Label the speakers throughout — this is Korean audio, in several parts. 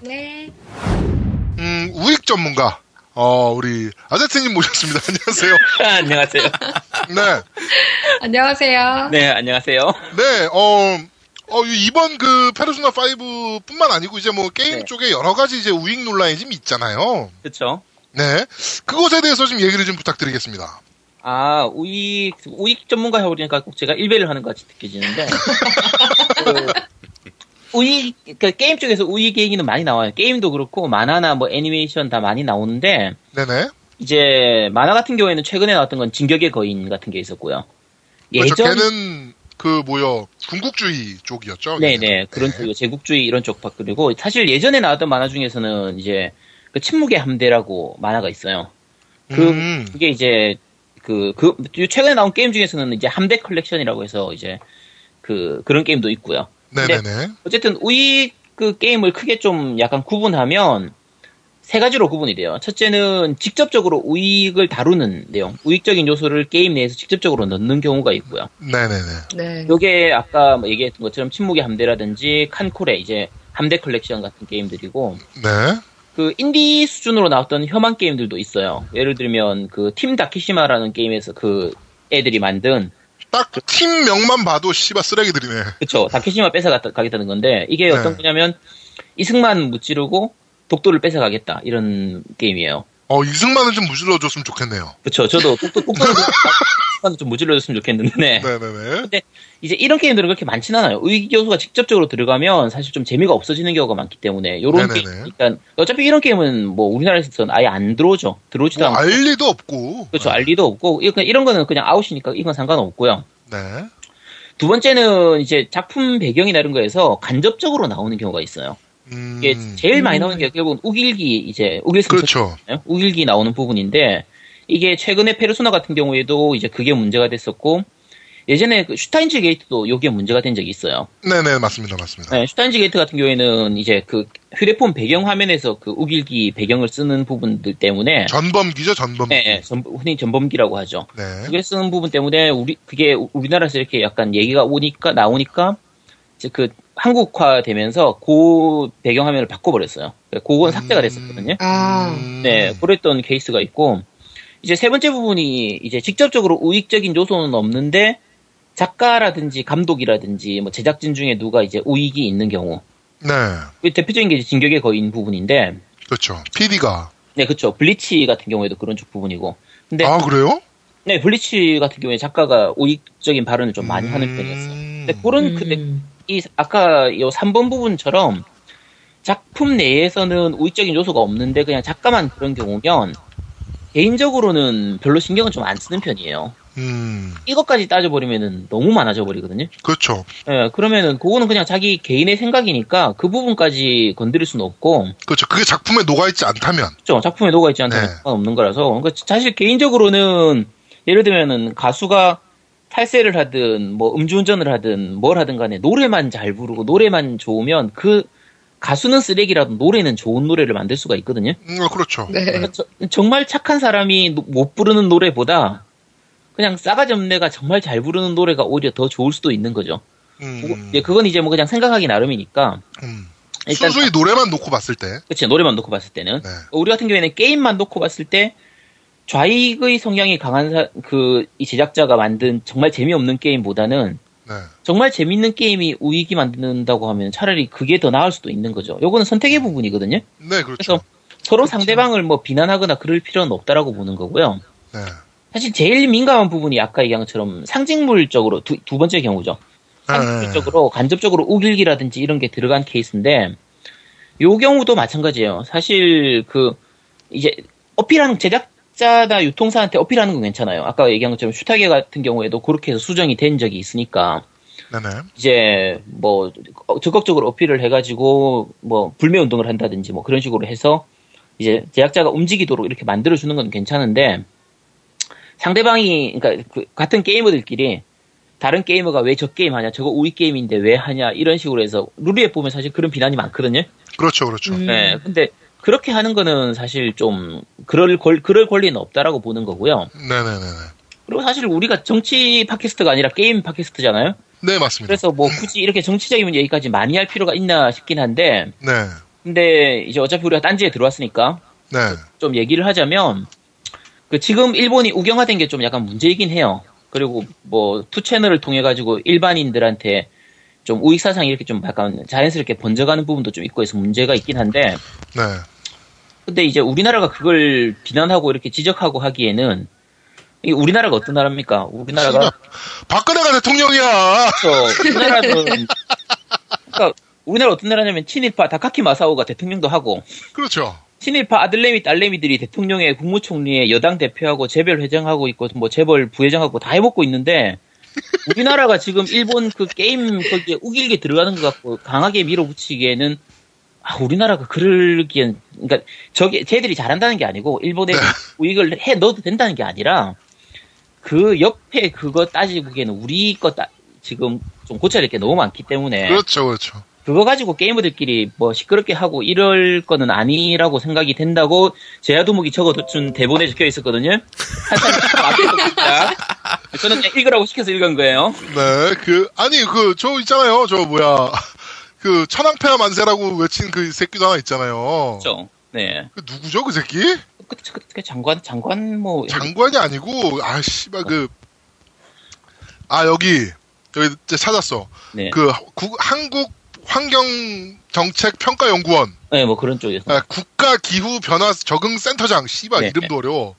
Speaker 1: 네.
Speaker 2: 음, 우익 전문가. 어, 우리 아제트님 모셨습니다. 안녕하세요.
Speaker 3: 안녕하세요.
Speaker 2: 네.
Speaker 1: 안녕하세요.
Speaker 3: 네, 안녕하세요.
Speaker 2: 네, 어, 어, 이번 그 페르소나 5뿐만 아니고 이제 뭐 게임
Speaker 3: 네.
Speaker 2: 쪽에 여러 가지 이제 우익 논란이 좀 있잖아요.
Speaker 3: 그렇죠.
Speaker 2: 네. 그것에 대해서 좀 얘기를 좀 부탁드리겠습니다.
Speaker 3: 아, 우익, 우익 전문가 해버리니까 꼭 제가 일배를 하는 것 같이 느껴지는데. 그, 우익, 그 게임 쪽에서 우익 얘기는 많이 나와요. 게임도 그렇고, 만화나 뭐 애니메이션 다 많이 나오는데,
Speaker 2: 네네.
Speaker 3: 이제, 만화 같은 경우에는 최근에 나왔던 건 진격의 거인 같은 게 있었고요.
Speaker 2: 그렇죠.
Speaker 3: 예전,
Speaker 2: 걔는 그 뭐요 군국주의 쪽이었죠.
Speaker 3: 네네, 그런 쪽이고, 제국주의 이런 쪽 밖, 그리고, 사실 예전에 나왔던 만화 중에서는 이제, 그 침묵의 함대라고 만화가 있어요. 그,
Speaker 2: 음.
Speaker 3: 그게 이제 그, 그 최근에 나온 게임 중에서는 이제 함대 컬렉션이라고 해서 이제 그 그런 게임도 있고요.
Speaker 2: 네네네.
Speaker 3: 어쨌든 우익 그 게임을 크게 좀 약간 구분하면 세 가지로 구분이 돼요. 첫째는 직접적으로 우익을 다루는 내용, 우익적인 요소를 게임 내에서 직접적으로 넣는 경우가 있고요.
Speaker 2: 네네네.
Speaker 1: 네.
Speaker 3: 요게 아까 뭐 얘기했던 것처럼 침묵의 함대라든지 칸코레 이제 함대 컬렉션 같은 게임들이고
Speaker 2: 네.
Speaker 3: 그 인디 수준으로 나왔던 혐한 게임들도 있어요. 예를 들면 그 팀 다키시마라는 게임에서 그 애들이 만든
Speaker 2: 딱 팀명만 봐도 씨바 쓰레기들이네.
Speaker 3: 그쵸 다키시마 뺏어가겠다는 건데 이게 어떤
Speaker 2: 네.
Speaker 3: 거냐면 이승만 무찌르고 독도를 뺏어가겠다 이런 게임이에요.
Speaker 2: 어 이승만을 좀 무질러줬으면 좋겠네요.
Speaker 3: 그쵸 저도 독도 독도를 좀- 좀 무찔러줬으면 좋겠는데
Speaker 2: 네네네.
Speaker 3: 이제 이런 게임들은 그렇게 많진 않아요. 의기 요소가 직접적으로 들어가면 사실 좀 재미가 없어지는 경우가 많기 때문에 요런
Speaker 2: 네네네.
Speaker 3: 게임 일단 어차피 이런 게임은 뭐 우리나라에서는 아예 안 들어오죠. 들어오지도 않고
Speaker 2: 뭐 알리도 없고.
Speaker 3: 그렇죠. 알 리도 없고 이거 그냥 이런 거는 그냥 아웃이니까 이건 상관없고요.
Speaker 2: 네.
Speaker 3: 두 번째는 이제 작품 배경이나 이런 거에서 간접적으로 나오는 경우가 있어요.
Speaker 2: 음,
Speaker 3: 이게 제일 많이 나오는 게 결국은 우길기 이제 우길승
Speaker 2: 그렇죠.
Speaker 3: 우길기 나오는 부분인데 이게 최근에 페르소나 같은 경우에도 이제 그게 문제가 됐었고 예전에 그 슈타인즈 게이트도 요게 문제가 된 적이 있어요.
Speaker 2: 네네 맞습니다 맞습니다.
Speaker 3: 네, 슈타인즈 게이트 같은 경우에는 이제 그 휴대폰 배경 화면에서 그 우길기 배경을 쓰는 부분들 때문에
Speaker 2: 전범기죠 전범기.
Speaker 3: 네, 네, 전- 흔히 전범기라고 하죠.
Speaker 2: 네.
Speaker 3: 그게 쓰는 부분 때문에 우리 그게 우- 우리나라에서 이렇게 약간 얘기가 오니까 나오니까 이제 그 한국화 되면서 그 배경 화면을 바꿔버렸어요. 그건 삭제가 됐었거든요.
Speaker 1: 아.
Speaker 2: 음,
Speaker 3: 네, 그랬던 케이스가 있고 이제 세 번째 부분이 이제 직접적으로 우익적인 요소는 없는데 작가라든지 감독이라든지 뭐 제작진 중에 누가 이제 우익이 있는 경우
Speaker 2: 네.
Speaker 3: 그 대표적인 게 이제 진격의 거인 부분인데
Speaker 2: 그렇죠. PD가.
Speaker 3: 네 그렇죠 블리치 같은 경우에도 그런 쪽 부분이고 근데
Speaker 2: 아 그래요?
Speaker 3: 네, 블리치 같은 경우에 작가가 우익적인 발언을 좀 많이 하는
Speaker 2: 음.
Speaker 3: 편이었어요. 근데 그런, 근데
Speaker 1: 음.
Speaker 3: 이, 아까 요 3번 부분처럼 작품 내에서는 우익적인 요소가 없는데 그냥 작가만 그런 경우면 개인적으로는 별로 신경을 좀 안 쓰는 편이에요.
Speaker 2: 음
Speaker 3: 이것까지 따져버리면은 너무 많아져 버리거든요.
Speaker 2: 그렇죠.
Speaker 3: 예, 그러면은 그거는 그냥 자기 개인의 생각이니까 그 부분까지 건드릴 수는 없고,
Speaker 2: 그렇죠. 그게 작품에 녹아 있지 않다면.
Speaker 3: 그쵸? 작품에 녹아있지 않다면
Speaker 2: 네.
Speaker 3: 상관없는 거라서. 그러니까 사실 개인적으로는 예를 들면은 가수가 탈세를 하든 뭐 음주운전을 하든 뭘 하든 간에 노래만 잘 부르고 노래만 좋으면 그 가수는 쓰레기라도 노래는 좋은 노래를 만들 수가 있거든요.
Speaker 2: 음, 어, 그렇죠.
Speaker 1: 네.
Speaker 3: 그러니까 저- 정말 착한 사람이 노- 못 부르는 노래보다 그냥 싸가지 없는 애가 정말 잘 부르는 노래가 오히려 더 좋을 수도 있는 거죠. 그거-
Speaker 2: 음,
Speaker 3: 예, 그건 이제 뭐 그냥 생각하기 나름이니까
Speaker 2: 음.
Speaker 3: 일단
Speaker 2: 순수히 노래만 놓고 봤을 때.
Speaker 3: 그치 노래만 놓고 봤을 때는 어,
Speaker 2: 네.
Speaker 3: 우리 같은 경우에는 게임만 놓고 봤을 때 좌익의 성향이 강한 사- 그, 이 제작자가 만든 정말 재미없는 게임보다는
Speaker 2: 네.
Speaker 3: 정말 재밌는 게임이 우익이 만든다고 하면 차라리 그게 더 나을 수도 있는 거죠. 요거는 선택의 부분이거든요.
Speaker 2: 네 그렇죠.
Speaker 3: 그래서 서로 상대방을 뭐 비난하거나 그럴 필요는 없다라고 보는 거고요.
Speaker 2: 네.
Speaker 3: 사실 제일 민감한 부분이 아까 얘기한 것처럼 상징물적으로 두, 두 번째 경우죠.
Speaker 2: 네,
Speaker 3: 상식적으로 간접적으로 우길기라든지 이런 게 들어간 케이스인데 요 경우도 마찬가지예요. 사실 그 이제 어필하는 제작자나 유통사한테 어필하는 건 괜찮아요. 아까 얘기한 것처럼 슈타게 같은 경우에도 그렇게 해서 수정이 된 적이 있으니까
Speaker 2: 네. 네네.
Speaker 3: 이제 뭐 어, 적극적으로 어필을 해가지고 뭐 불매 운동을 한다든지 뭐 그런 식으로 해서 이제 제작자가 움직이도록 이렇게 만들어 주는 건 괜찮은데 상대방이 그러니까 그 같은 게이머들끼리 다른 게이머가 왜 저 게임 하냐 저거 우위 게임인데 왜 하냐 이런 식으로 해서 루리에 보면 사실 그런 비난이 많거든요.
Speaker 2: 그렇죠 그렇죠.
Speaker 1: 음.
Speaker 3: 네, 근데 그렇게 하는 거는 사실 좀 그럴 권 그럴 권리는 없다라고 보는 거고요.
Speaker 2: 네네네네.
Speaker 3: 그리고 사실 우리가 정치 팟캐스트가 아니라 게임 팟캐스트잖아요.
Speaker 2: 네 맞습니다.
Speaker 3: 그래서 뭐 굳이 이렇게 정치적인 얘기까지 많이 할 필요가 있나 싶긴 한데
Speaker 2: 네.
Speaker 3: 근데 이제 어차피 우리가 딴지에 들어왔으니까
Speaker 2: 네.
Speaker 3: 좀 얘기를 하자면 그 지금 일본이 우경화된 게 좀 약간 문제이긴 해요. 그리고 뭐 투채널을 통해 가지고 일반인들한테 좀 우익 사상이 이렇게 좀 약간 자연스럽게 번져가는 부분도 좀 있고 해서 문제가 있긴 한데
Speaker 2: 네.
Speaker 3: 근데 이제 우리나라가 그걸 비난하고 이렇게 지적하고 하기에는 이 우리나라가 어떤 나라입니까? 우리나라가
Speaker 2: 박근혜가 대통령이야.
Speaker 3: 그렇죠. 우리나라는 그러니까 우리나라 어떤 나라냐면 친일파 다카키 마사오가 대통령도 하고
Speaker 2: 그렇죠.
Speaker 3: 친일파 아들내미 딸내미들이 대통령의 국무총리의 여당 대표하고 재벌 회장하고 있고 뭐 재벌 부회장하고 다 해먹고 있는데 우리나라가 지금 일본 그 게임 거기에 우길게 들어가는 것 같고 강하게 밀어붙이기에는 아 우리나라가 그럴기엔 그러니까 저게 쟤들이 잘한다는 게 아니고 일본에 우익을 해 넣어도 된다는 게 아니라 그 옆에 그거 따지기에는 우리 거 따, 지금 좀 고쳐야 될 게 너무 많기 때문에
Speaker 2: 그렇죠, 그렇죠.
Speaker 3: 그거 가지고 게이머들끼리 뭐 시끄럽게 하고 이럴 거는 아니라고 생각이 된다고 제야도목이 적어준 대본에 적혀 있었거든요. 살짝 앞에서 있다. 저는 그냥 읽으라고 시켜서 읽은 거예요.
Speaker 2: 네, 그 아니 그 저 있잖아요, 저 뭐야 그 천황폐하 만세라고 외친 그 새끼도 하나 있잖아요.
Speaker 3: 그렇죠. 네.
Speaker 2: 그 누구죠, 그 새끼?
Speaker 3: 그, 그, 그 장관, 장관 뭐
Speaker 2: 장관이 아니고 아 씨발 그 아 여기 여기 이제 찾았어.
Speaker 3: 네.
Speaker 2: 그 구- 한국 환경 정책 평가 연구원
Speaker 3: 네, 뭐 그런 쪽에서.
Speaker 2: 아, 국가 기후 변화 적응 센터장 씨발
Speaker 3: 네.
Speaker 2: 이름도 어려워.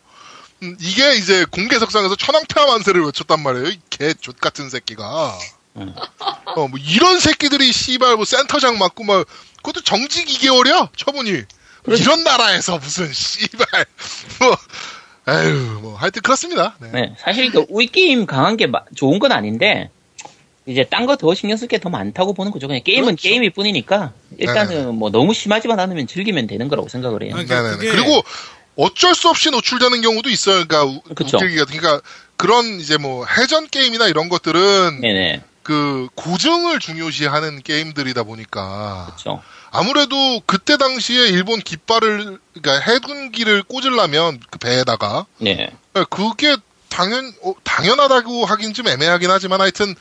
Speaker 2: 음, 이게 이제 공개석상에서 천황폐하 만세를 외쳤단 말이에요. 개족 같은 새끼가.
Speaker 3: 음.
Speaker 2: 어, 뭐 이런 새끼들이 씨발 뭐 센터장 맞고 막 그것도 정직 2개월이야 처분이.
Speaker 3: 그렇지.
Speaker 2: 이런 나라에서 무슨 씨발 뭐 에휴 뭐 하여튼 그렇습니다. 네.
Speaker 3: 네. 사실 그 우익 게임 강한 게 마- 좋은 건 아닌데 이제 딴 거 더 신경 쓸 게 더 많다고 보는 거죠. 그냥 게임은
Speaker 2: 그렇죠.
Speaker 3: 게임일 뿐이니까 일단은 뭐 너무 심하지만 않으면 즐기면 되는 거라고 생각을 해요.
Speaker 2: 네, 네, 네.
Speaker 4: 그러니까 그게-
Speaker 2: 그리고 어쩔 수 없이 노출되는 경우도 있어요. 그러니까 우-
Speaker 3: 그쵸.
Speaker 2: 웃기기가 그러니까 그런 이제 뭐 해전 게임이나 이런 것들은
Speaker 3: 네네.
Speaker 2: 그 고증을 중요시하는 게임들이다 보니까
Speaker 3: 그렇죠.
Speaker 2: 아무래도 그때 당시에 일본 깃발을 그러니까 해군기를 꽂으려면 그 배에다가 예,
Speaker 3: 네.
Speaker 2: 그게 당연 어, 당연하다고 하긴 좀 애매하긴 하지만 하여튼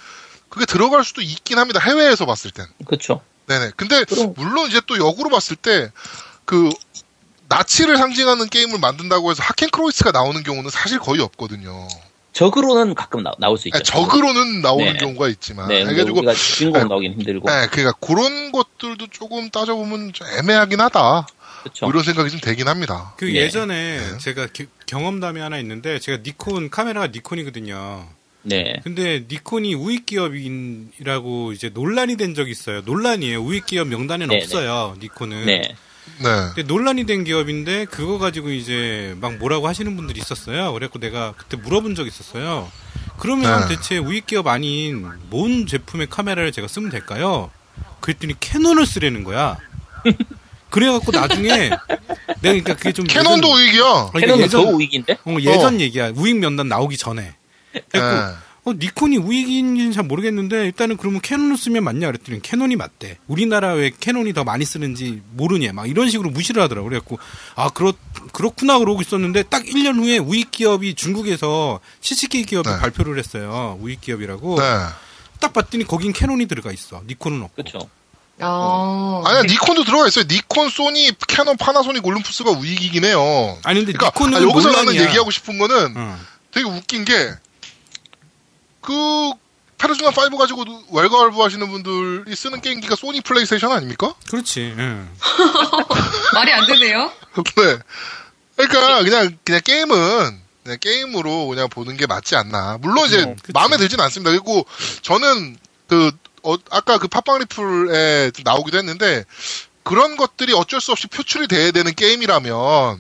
Speaker 2: 그게 들어갈 수도 있긴 합니다. 해외에서 봤을 땐.
Speaker 3: 그렇죠.
Speaker 2: 네네. 근데
Speaker 3: 그럼.
Speaker 2: 물론 이제 또 역으로 봤을 때 그 나치를 상징하는 게임을 만든다고 해서 하켄 크로이스가 나오는 경우는 사실 거의 없거든요.
Speaker 3: 적으로는 가끔 나, 나올 수 있죠.
Speaker 2: 아니, 적으로는 아, 나오는
Speaker 3: 네.
Speaker 2: 경우가 있지만.
Speaker 3: 네, 근데
Speaker 2: 그래가지고
Speaker 3: 우리가 주인공 나오긴 힘들고.
Speaker 2: 네, 그러니까 그런 것들도 조금 따져보면 좀 애매하긴 하다.
Speaker 3: 그렇죠.
Speaker 2: 뭐 이런 생각이 좀 되긴 합니다.
Speaker 4: 그
Speaker 3: 네.
Speaker 4: 예전에 제가 기- 경험담이 하나 있는데 제가 니콘 카메라가 니콘이거든요.
Speaker 3: 네.
Speaker 4: 근데 니콘이 우익 기업이라고 이제 논란이 된 적이 있어요. 논란이에요. 우익 기업 명단에는
Speaker 3: 네, 네.
Speaker 4: 없어요. 니콘은.
Speaker 3: 네.
Speaker 2: 네.
Speaker 4: 근데 논란이 된 기업인데 그거 가지고 이제 막 뭐라고 하시는 분들이 있었어요. 그래갖고 내가 그때 물어본 적이 있었어요. 그러면
Speaker 2: 네.
Speaker 4: 대체 우익 기업 아닌 뭔 제품의 카메라를 제가 쓰면 될까요? 그랬더니 캐논을 쓰라는 거야. 그래갖고 나중에 내가 그러니까 그게 좀
Speaker 2: 어, 캐논도 의기야.
Speaker 4: 아, 이게
Speaker 3: 캐논은
Speaker 4: 예전-
Speaker 3: 더 우익인데?
Speaker 4: 어, 예전 얘기야. 우익 면담 나오기 전에.
Speaker 2: 네.
Speaker 4: 그래갖고 어, 니콘이 우익인지는 잘 모르겠는데 일단은 그러면 캐논을 쓰면 맞냐 그랬더니 캐논이 맞대. 우리나라 왜 캐논이 더 많이 쓰는지 모르냐 막 이런 식으로 무시를 하더라고. 그래갖고 아 그렇 그렇구나 그러고 있었는데 딱 1년 후에 우익 기업이 중국에서 치치기 기업이
Speaker 2: 네.
Speaker 4: 발표를 했어요. 우익 기업이라고.
Speaker 2: 네.
Speaker 4: 딱 봤더니 거긴 캐논이 들어가 있어. 니콘은 없고.
Speaker 3: 그렇죠.
Speaker 1: 어.
Speaker 2: 아니야
Speaker 4: 네.
Speaker 2: 니콘도 들어가 있어요. 니콘, 소니, 캐논, 파나소닉, 올림푸스가 우익이긴 해요.
Speaker 4: 아니 근데
Speaker 2: 그러니까
Speaker 4: 니콘은 어,
Speaker 2: 아, 여기서 나는
Speaker 4: 논란이야.
Speaker 2: 얘기하고 싶은 거는
Speaker 4: 응.
Speaker 2: 되게 웃긴 게 그 페르소나 5 가지고 월가월부 하시는 분들이 쓰는 게임기가 소니 플레이스테이션 아닙니까?
Speaker 4: 그렇지. 예. 응.
Speaker 1: 말이 안 되네요.
Speaker 2: 네. 그러니까 그냥 그냥 게임은 그냥 게임으로 그냥 보는 게 맞지 않나. 물론 이제
Speaker 4: 어, 그치.
Speaker 2: 마음에 들진 않습니다. 그리고 저는 그 어, 아까 그 팟빵 리플에 좀 나오기도 했는데 그런 것들이 어쩔 수 없이 표출이 돼야 되는 게임이라면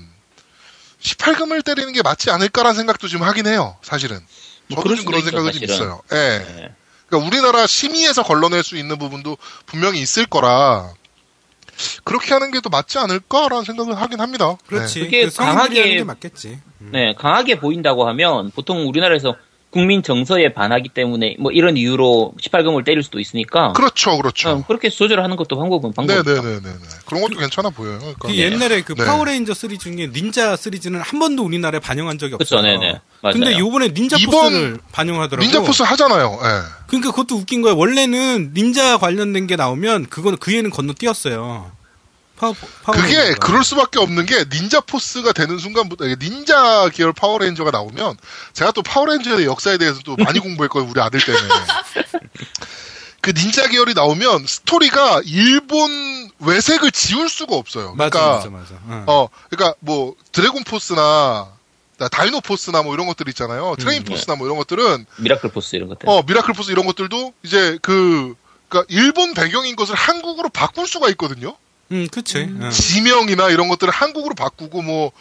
Speaker 2: 18금을 때리는 게 맞지 않을까라는 생각도 지금 하긴 해요. 사실은.
Speaker 3: 뭐
Speaker 2: 저도
Speaker 3: 그럴
Speaker 2: 좀
Speaker 3: 수도
Speaker 2: 그런
Speaker 3: 있죠,
Speaker 2: 생각이 좀
Speaker 3: 사실은.
Speaker 2: 있어요. 예.
Speaker 3: 네.
Speaker 2: 그러니까 우리나라 심의에서 걸러낼 수 있는 부분도 분명히 있을 거라 그렇게 하는 게 또 맞지 않을까라는 생각을 하긴 합니다.
Speaker 4: 그렇지.
Speaker 3: 그게
Speaker 4: 그 성인들이
Speaker 3: 강하게-
Speaker 4: 하는 게 맞겠지.
Speaker 2: 음.
Speaker 4: 응.
Speaker 3: 네, 강하게 보인다고 하면 보통 우리나라에서 국민 정서에 반하기 때문에 뭐 이런 이유로 18금을 때릴 수도 있으니까
Speaker 2: 네. 그렇죠, 그렇죠.
Speaker 3: 어, 그렇게 조절하는 것도 방법은 방법.
Speaker 2: 네네네네. 그런 것도 괜찮아 보여요. 그러니까.
Speaker 4: 그 옛날에 그
Speaker 2: 네.
Speaker 4: 파워레인저 시리 중에 닌자 시리즈는 한 번도 우리나라에 반영한 적이
Speaker 3: 그렇죠.
Speaker 4: 없어요.
Speaker 3: 네, 네. 맞아요.
Speaker 4: 근데 요번에 닌자
Speaker 2: 이번
Speaker 4: 포스를 반영하더라고요.
Speaker 2: 닌자 포스 하잖아요. 예.
Speaker 4: 그러니까 그것도 웃긴 거예요. 원래는 닌자 관련된 게 나오면 그건 그 애는 건너뛰었어요. 파워, 파워
Speaker 2: 그게 그럴 수밖에 없는 게 닌자 포스가 되는 순간부터 이게 닌자 계열 파워레인저가 나오면 제가 또 파워레인저의 역사에 대해서 또 많이 공부했거든요 우리 아들 때문에 그 닌자 계열이 나오면 스토리가 일본 외색을 지울 수가 없어요.
Speaker 4: 맞아
Speaker 2: 그러니까
Speaker 4: 맞아 맞아. 응.
Speaker 2: 어 그러니까 뭐 드래곤 포스나 다이노 포스나 뭐 이런 것들 있잖아요. 트레인
Speaker 3: 음, 네.
Speaker 2: 포스나 뭐 이런 것들은
Speaker 3: 미라클 포스 이런
Speaker 4: 네.
Speaker 3: 것들.
Speaker 2: 어, 미라클 포스 이런 것들도 이제 그, 그니까 일본 배경인 것을 한국으로 바꿀 수가 있거든요.
Speaker 4: 음, 그치. 응.
Speaker 2: 지명이나 이런 것들을 한국으로 바꾸고 뭐,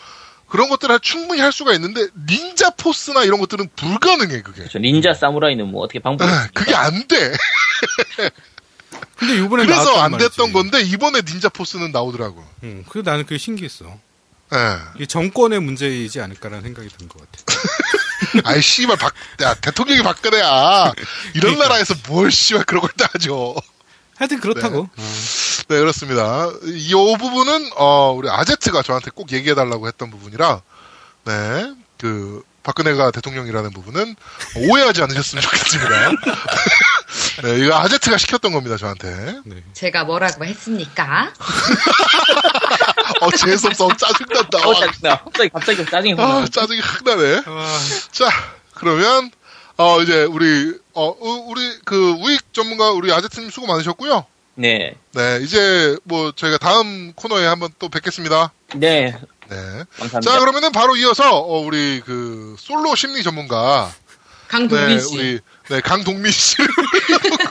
Speaker 2: 그런 것들을 충분히 할 수가 있는데, 닌자 포스나 이런 것들은 불가능해, 그게.
Speaker 3: 그렇죠. 닌자 사무라이는 뭐 어떻게
Speaker 4: 네.
Speaker 3: 방법?
Speaker 2: 아, 그게 안 돼.
Speaker 4: 근데 요번에
Speaker 2: 그래서
Speaker 4: 나왔단
Speaker 2: 안 됐던
Speaker 4: 말이지.
Speaker 2: 건데, 이번에 닌자 포스는 나오더라고.
Speaker 4: 응. 그래서 나는 그게 신기했어.
Speaker 2: 예.
Speaker 4: 이게 정권의 문제이지 않을까라는 생각이 든 것 같아.
Speaker 2: 아이, 씨발, 박, 야, 대통령이 박근혜야. 이런
Speaker 4: 그러니까.
Speaker 2: 나라에서 뭘, 씨발, 그런 걸 따져.
Speaker 4: 하여튼 그렇다고.
Speaker 2: 네, 그렇습니다. 이 부분은, 어, 우리 아제트가 저한테 꼭 얘기해달라고 했던 부분이라, 네, 그, 박근혜가 대통령이라는 부분은 오해하지 않으셨으면 좋겠습니다. 네, 이거 아제트가 시켰던 겁니다, 저한테.
Speaker 4: 네.
Speaker 1: 제가 뭐라고 했습니까?
Speaker 2: 어, 재수없어. 어, 짜증난다.
Speaker 3: 어,
Speaker 2: 와,
Speaker 3: 짜증나. 갑자기 갑자기 짜증이
Speaker 2: 아,
Speaker 3: 확
Speaker 2: 짜증이 확 나네.
Speaker 4: 와,
Speaker 2: 자, 그러면, 어, 이제 우리, 어, 우- 우리, 그, 우익 전문가, 우리 아제트님 수고 많으셨고요.
Speaker 3: 네.
Speaker 2: 네, 이제 뭐 저희가 다음 코너에 한번 또 뵙겠습니다.
Speaker 3: 네.
Speaker 2: 네.
Speaker 3: 감사합니다.
Speaker 2: 자, 그러면은 바로 이어서 어, 우리 그 솔로 심리 전문가
Speaker 1: 강동민 씨.
Speaker 2: 우리 네, 강동민 씨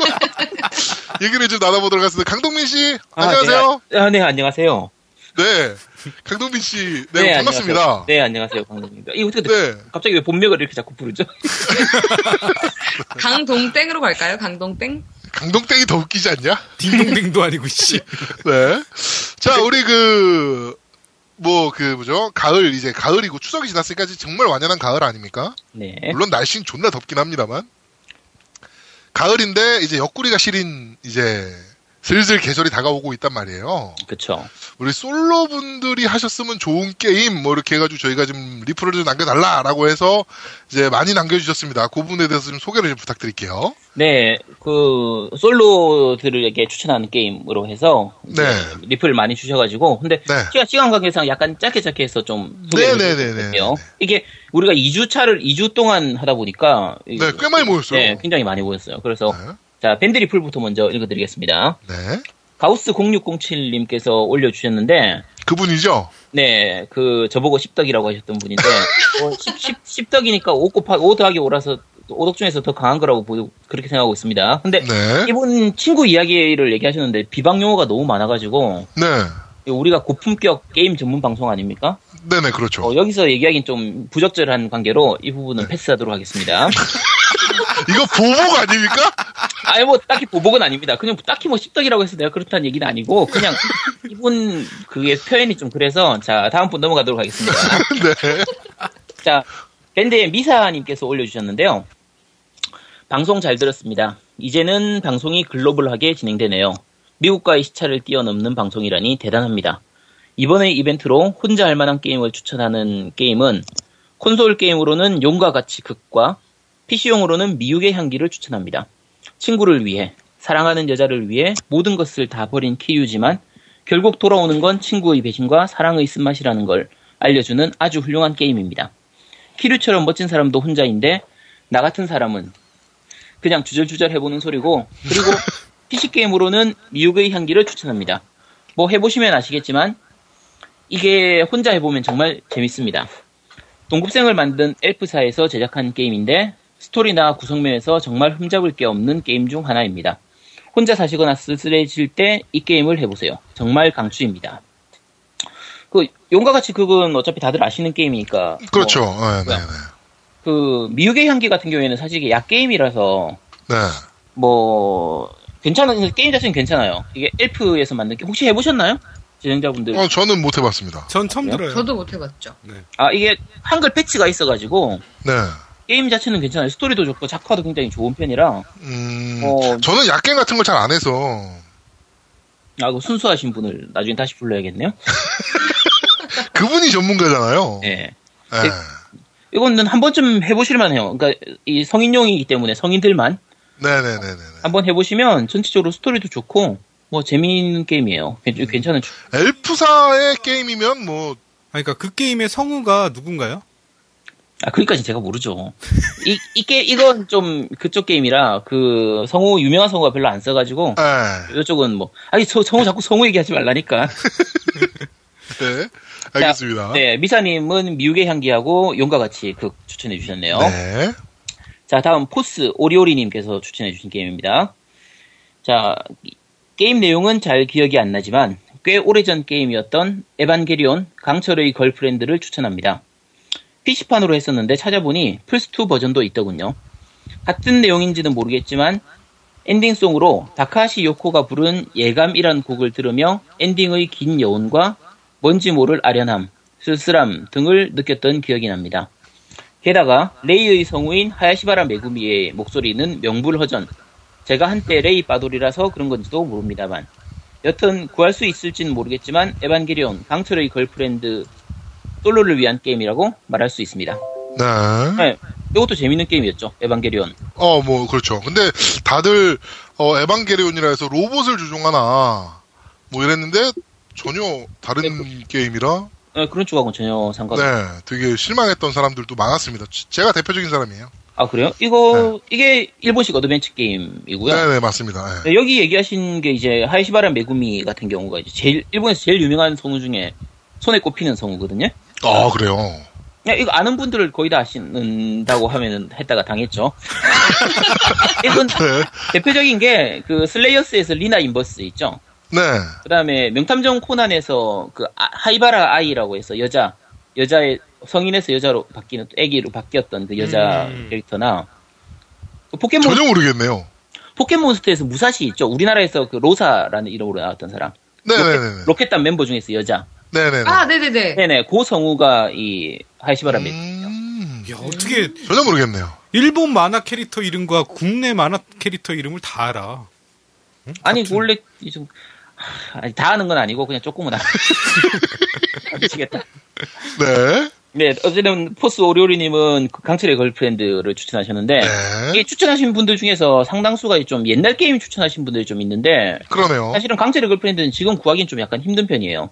Speaker 2: 얘기를 좀 나눠보도록 하겠습니다. 강동민 씨
Speaker 3: 아,
Speaker 2: 안녕하세요.
Speaker 3: 네, 아, 네, 안녕하세요.
Speaker 2: 네, 강동민 씨, 네, 반갑습니다.
Speaker 3: 안녕하세요. 네, 안녕하세요. 강동입니다. 이거 어떻게
Speaker 2: 네.
Speaker 3: 갑자기 왜 본명을 이렇게 자꾸 부르죠?
Speaker 1: 강동땡으로 갈까요? 강동땡?
Speaker 3: 네.
Speaker 2: 강동땡이 더 웃기지 않냐?
Speaker 4: 딩동댕도 아니고 씨.
Speaker 2: 네. 자, 우리 그. 뭐, 그, 뭐죠? 가을, 이제 가을이고 추석이 지났으니까 이제 정말 완연한 가을 아닙니까?
Speaker 3: 네.
Speaker 2: 물론 날씨는 존나 덥긴 합니다만. 가을인데 이제 옆구리가 시린 이제 슬슬 계절이 다가오고 있단 말이에요.
Speaker 3: 그쵸.
Speaker 2: 우리 솔로 분들이 하셨으면 좋은 게임 뭐 이렇게 해가지고 저희가 좀 리플을 좀 남겨달라라고 해서 이제 많이 남겨주셨습니다. 그 부분에 대해서 좀 소개를 좀 부탁드릴게요.
Speaker 3: 네, 그, 솔로들에게 추천하는 게임으로 해서, 이제
Speaker 2: 네.
Speaker 3: 리플을 많이 주셔가지고, 근데,
Speaker 2: 네.
Speaker 3: 시간, 시간 관계상 약간 짧게 짧게 해서 좀, 소개를
Speaker 2: 네, 네, 네,
Speaker 3: 드릴게요. 이게, 우리가 2주차를 2주 동안 하다 보니까,
Speaker 2: 네, 꽤 네. 많이 모였어요.
Speaker 3: 네, 굉장히 많이 모였어요. 그래서, 자, 밴드 리플부터 먼저 읽어드리겠습니다.
Speaker 2: 네.
Speaker 3: 가우스0607님께서 올려주셨는데,
Speaker 2: 그분이죠?
Speaker 3: 네, 그, 저보고 십덕이라고 하셨던 분인데, 뭐 십, 십, 십덕이니까 5 곱하, 5 더하기 5라서, 5덕 중에서 더 강한 거라고 보, 그렇게 생각하고 있습니다. 근데,
Speaker 2: 네.
Speaker 3: 이분 친구 이야기를 얘기하셨는데, 비방 용어가 너무 많아가지고,
Speaker 2: 네.
Speaker 3: 우리가 고품격 게임 전문 방송 아닙니까?
Speaker 2: 네네, 네. 그렇죠.
Speaker 3: 어, 여기서 얘기하긴 좀 부적절한 관계로 이 부분은 패스하도록 하겠습니다.
Speaker 2: 이거 보복 아닙니까?
Speaker 3: 아니, 뭐, 딱히 보복은 아닙니다. 그냥 딱히 뭐 십덕이라고 해서 내가 그렇다는 얘기는 아니고, 그냥 이분 그게 표현이 좀 그래서, 자, 다음 분 넘어가도록 하겠습니다.
Speaker 2: 네.
Speaker 3: 자, 밴드의 미사님께서 올려주셨는데요. 방송 잘 들었습니다. 이제는 방송이 글로벌하게 진행되네요. 미국과의 시차를 뛰어넘는 방송이라니 대단합니다. 이번에 이벤트로 혼자 할 만한 게임을 추천하는 게임은 콘솔 게임으로는 용과 같이 극과 PC용으로는 미국의 향기를 추천합니다. 친구를 위해, 사랑하는 여자를 위해 모든 것을 다 버린 키유지만 결국 돌아오는 건 친구의 배신과 사랑의 쓴맛이라는 걸 알려주는 아주 훌륭한 게임입니다. 키류처럼 멋진 사람도 혼자인데 나 같은 사람은 그냥 주절주절 해보는 소리고 그리고 PC 게임으로는 미국의 향기를 추천합니다. 뭐 해보시면 아시겠지만 이게 혼자 해보면 정말 재밌습니다. 동급생을 만든 엘프사에서 제작한 게임인데 스토리나 구성면에서 정말 흠잡을 게 없는 게임 중 하나입니다. 혼자 사시거나 쓸쓸해질 때 이 게임을 해보세요. 정말 강추입니다. 그 용과 같이 그건 어차피 다들 아시는 게임이니까 뭐
Speaker 2: 그렇죠. 네, 네, 네.
Speaker 3: 그 미국의 향기 같은 경우에는 사실 이게 약 게임이라서
Speaker 2: 네.
Speaker 3: 뭐 괜찮은 게임 자체는 괜찮아요. 이게 엘프에서 만든 게 혹시 해보셨나요? 진행자분들.
Speaker 2: 어, 저는 못 해봤습니다.
Speaker 4: 전 처음
Speaker 3: 뭐?
Speaker 2: 네.
Speaker 4: 들어요.
Speaker 1: 저도 못 해봤죠.
Speaker 3: 아 이게 한글 패치가 있어가지고
Speaker 2: 네.
Speaker 3: 게임 자체는 괜찮아요. 스토리도 좋고 작화도 굉장히 좋은 편이라
Speaker 2: 음,
Speaker 3: 어.
Speaker 2: 저는 약갱 같은 걸 잘 안 해서.
Speaker 3: 아, 그 순수하신 분을 나중에 다시 불러야겠네요.
Speaker 2: 그분이 전문가잖아요.
Speaker 3: 네.
Speaker 2: 네.
Speaker 3: 이거는 한 번쯤 해보실만 해요. 그러니까 이 성인용이기 때문에 성인들만
Speaker 2: 네네네네.
Speaker 3: 한번 해보시면 전체적으로 스토리도 좋고 뭐 재미있는 게임이에요. 괜- 괜찮은 출-
Speaker 2: 엘프사의 게임이면 뭐
Speaker 4: 아니, 그러니까 그 게임의 성우가 누군가요?
Speaker 3: 아, 그니까지 제가 모르죠. 이, 이 게, 이건 좀 그쪽 게임이라 그 성우, 유명한 성우가 별로 안 써가지고
Speaker 2: 예.
Speaker 3: 이쪽은 뭐, 아니, 저, 성우 자꾸 성우 얘기하지 말라니까.
Speaker 2: 네. 알겠습니다.
Speaker 3: 네, 미사님은 미국의 향기하고 용과 같이 극 추천해 주셨네요.
Speaker 2: 네.
Speaker 3: 자, 다음 포스 오리오리님께서 추천해 주신 게임입니다. 자, 이- 게임 내용은 잘 기억이 안 나지만 꽤 오래전 게임이었던 에반게리온 강철의 걸프렌드를 추천합니다. PC판으로 했었는데 찾아보니 플스2 버전도 있더군요. 같은 내용인지는 모르겠지만 엔딩송으로 다카시 요코가 부른 예감이란 곡을 들으며 엔딩의 긴 여운과 뭔지 모를 아련함, 쓸쓸함 등을 느꼈던 기억이 납니다. 게다가 레이의 성우인 하야시바라 메구미의 목소리는 명불허전. 제가 한때 레이 빠돌이라서 그런 건지도 모릅니다만. 여튼 구할 수 있을진 모르겠지만 에반게리온 강철의 걸프렌드 솔로를 위한 게임이라고 말할 수 있습니다.
Speaker 2: 네.
Speaker 3: 네, 이것도 재밌는 게임이었죠. 에반게리온.
Speaker 2: 어, 뭐, 그렇죠. 근데 다들, 어, 에반게리온이라 해서 로봇을 주종하나, 뭐 이랬는데, 전혀
Speaker 3: 뭐.
Speaker 2: 다른 게임이라,
Speaker 3: 네, 그런 쪽하고는 전혀 상관없어요.
Speaker 2: 네, 되게 실망했던 사람들도 많았습니다. 지- 제가 대표적인 사람이에요.
Speaker 3: 아 그래요? 이거 이게 일본식 어드벤처 게임이고요.
Speaker 2: 네. 네네, 맞습니다. 예.
Speaker 3: 네, 여기 얘기하신 게 이제 하이시바라 메구미 같은 경우가 이제 제일 일본에서 제일 유명한 성우 중에 손에 꼽히는 성우거든요.
Speaker 2: 아, 그래요.
Speaker 3: 야, 이거 아는 분들을 거의 다 아신다고 하면은 했다가 당했죠. 이건
Speaker 2: 네.
Speaker 3: 대표적인 게 그 슬레이어스에서 리나 인버스 있죠.
Speaker 2: 네.
Speaker 3: 그 다음에 명탐정 코난에서 그 아- 하이바라 아이라고 해서 여자, 여자의 성인에서 여자로 바뀌는, 애기로 바뀌었던 그 여자
Speaker 4: 음.
Speaker 3: 캐릭터나 그 포켓몬,
Speaker 2: 전혀 모르겠네요.
Speaker 3: 포켓몬스터에서 무사시 있죠. 우리나라에서 그 로사라는 이름으로 나왔던 사람.
Speaker 2: 네네네.
Speaker 3: 로켓단 멤버 중에서 여자.
Speaker 2: 네네네.
Speaker 1: 아, 네네네.
Speaker 3: 네네, 고 성우가 이 하이시바라 메
Speaker 2: 음,
Speaker 4: 야, 어떻게
Speaker 2: 전혀 모르겠네요.
Speaker 4: 일본 만화 캐릭터 이름과 국내 만화 캐릭터 이름을 다 알아.
Speaker 3: 아니 원래 이좀 하, 아니, 다 하는 건 아니고 그냥 조금은 알아. 아, 미치겠다.
Speaker 2: 네.
Speaker 3: 네 어쨌든 포스 오리오리님은 그 강철의 걸프렌드를 추천하셨는데
Speaker 2: 네.
Speaker 3: 이게 추천하신 분들 중에서 상당수가 좀 옛날 게임 추천하신 분들이 좀 있는데
Speaker 2: 그러네요.
Speaker 3: 사실은 강철의 걸프렌드는 지금 구하기는 좀 약간 힘든 편이에요.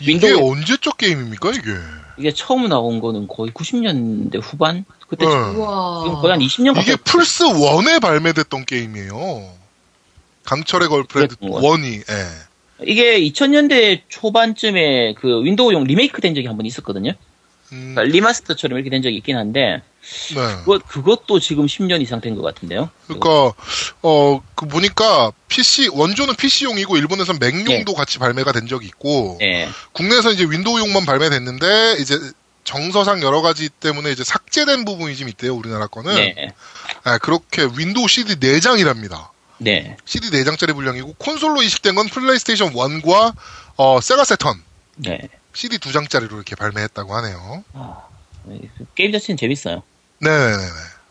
Speaker 2: 이게
Speaker 3: 윈도우-
Speaker 2: 언제적 게임입니까, 이게?
Speaker 3: 이게 처음 나온 거는 거의 90년대 후반 그때
Speaker 2: 네.
Speaker 3: 지금
Speaker 1: 우와.
Speaker 3: 거의 한 20년
Speaker 2: 이게
Speaker 3: 가까이
Speaker 2: 플스 1에 발매됐던 게임이에요. 강철의 걸프렌드
Speaker 3: 네, 그랬던 것
Speaker 2: 1이. 예.
Speaker 3: 이게 2000년대 초반쯤에 그 윈도우용 리메이크 된 적이 한 번 있었거든요.
Speaker 2: 음,
Speaker 3: 그러니까 리마스터처럼 이렇게 된 적이 있긴 한데
Speaker 2: 네.
Speaker 3: 그것, 그것도 지금 10년 이상 된 것 같은데요.
Speaker 2: 그러니까 어, 그 보니까 PC 원조는 PC용이고 일본에서는 맥용도 같이 발매가 된 적이 있고
Speaker 3: 네.
Speaker 2: 국내에서 이제 윈도우용만 발매됐는데 이제 정서상 여러 가지 때문에 이제 삭제된 부분이 좀 있대요 우리나라 거는
Speaker 3: 네.
Speaker 2: 아, 그렇게 윈도우 CD 4장이랍니다
Speaker 3: 네.
Speaker 2: CD 4장짜리 분량이고 콘솔로 이식된 건 플레이스테이션 1과 어, 세가 세턴
Speaker 3: 네.
Speaker 2: CD 2장짜리로 이렇게 발매했다고 하네요
Speaker 3: 게임 자체는 재밌어요.
Speaker 2: 네네네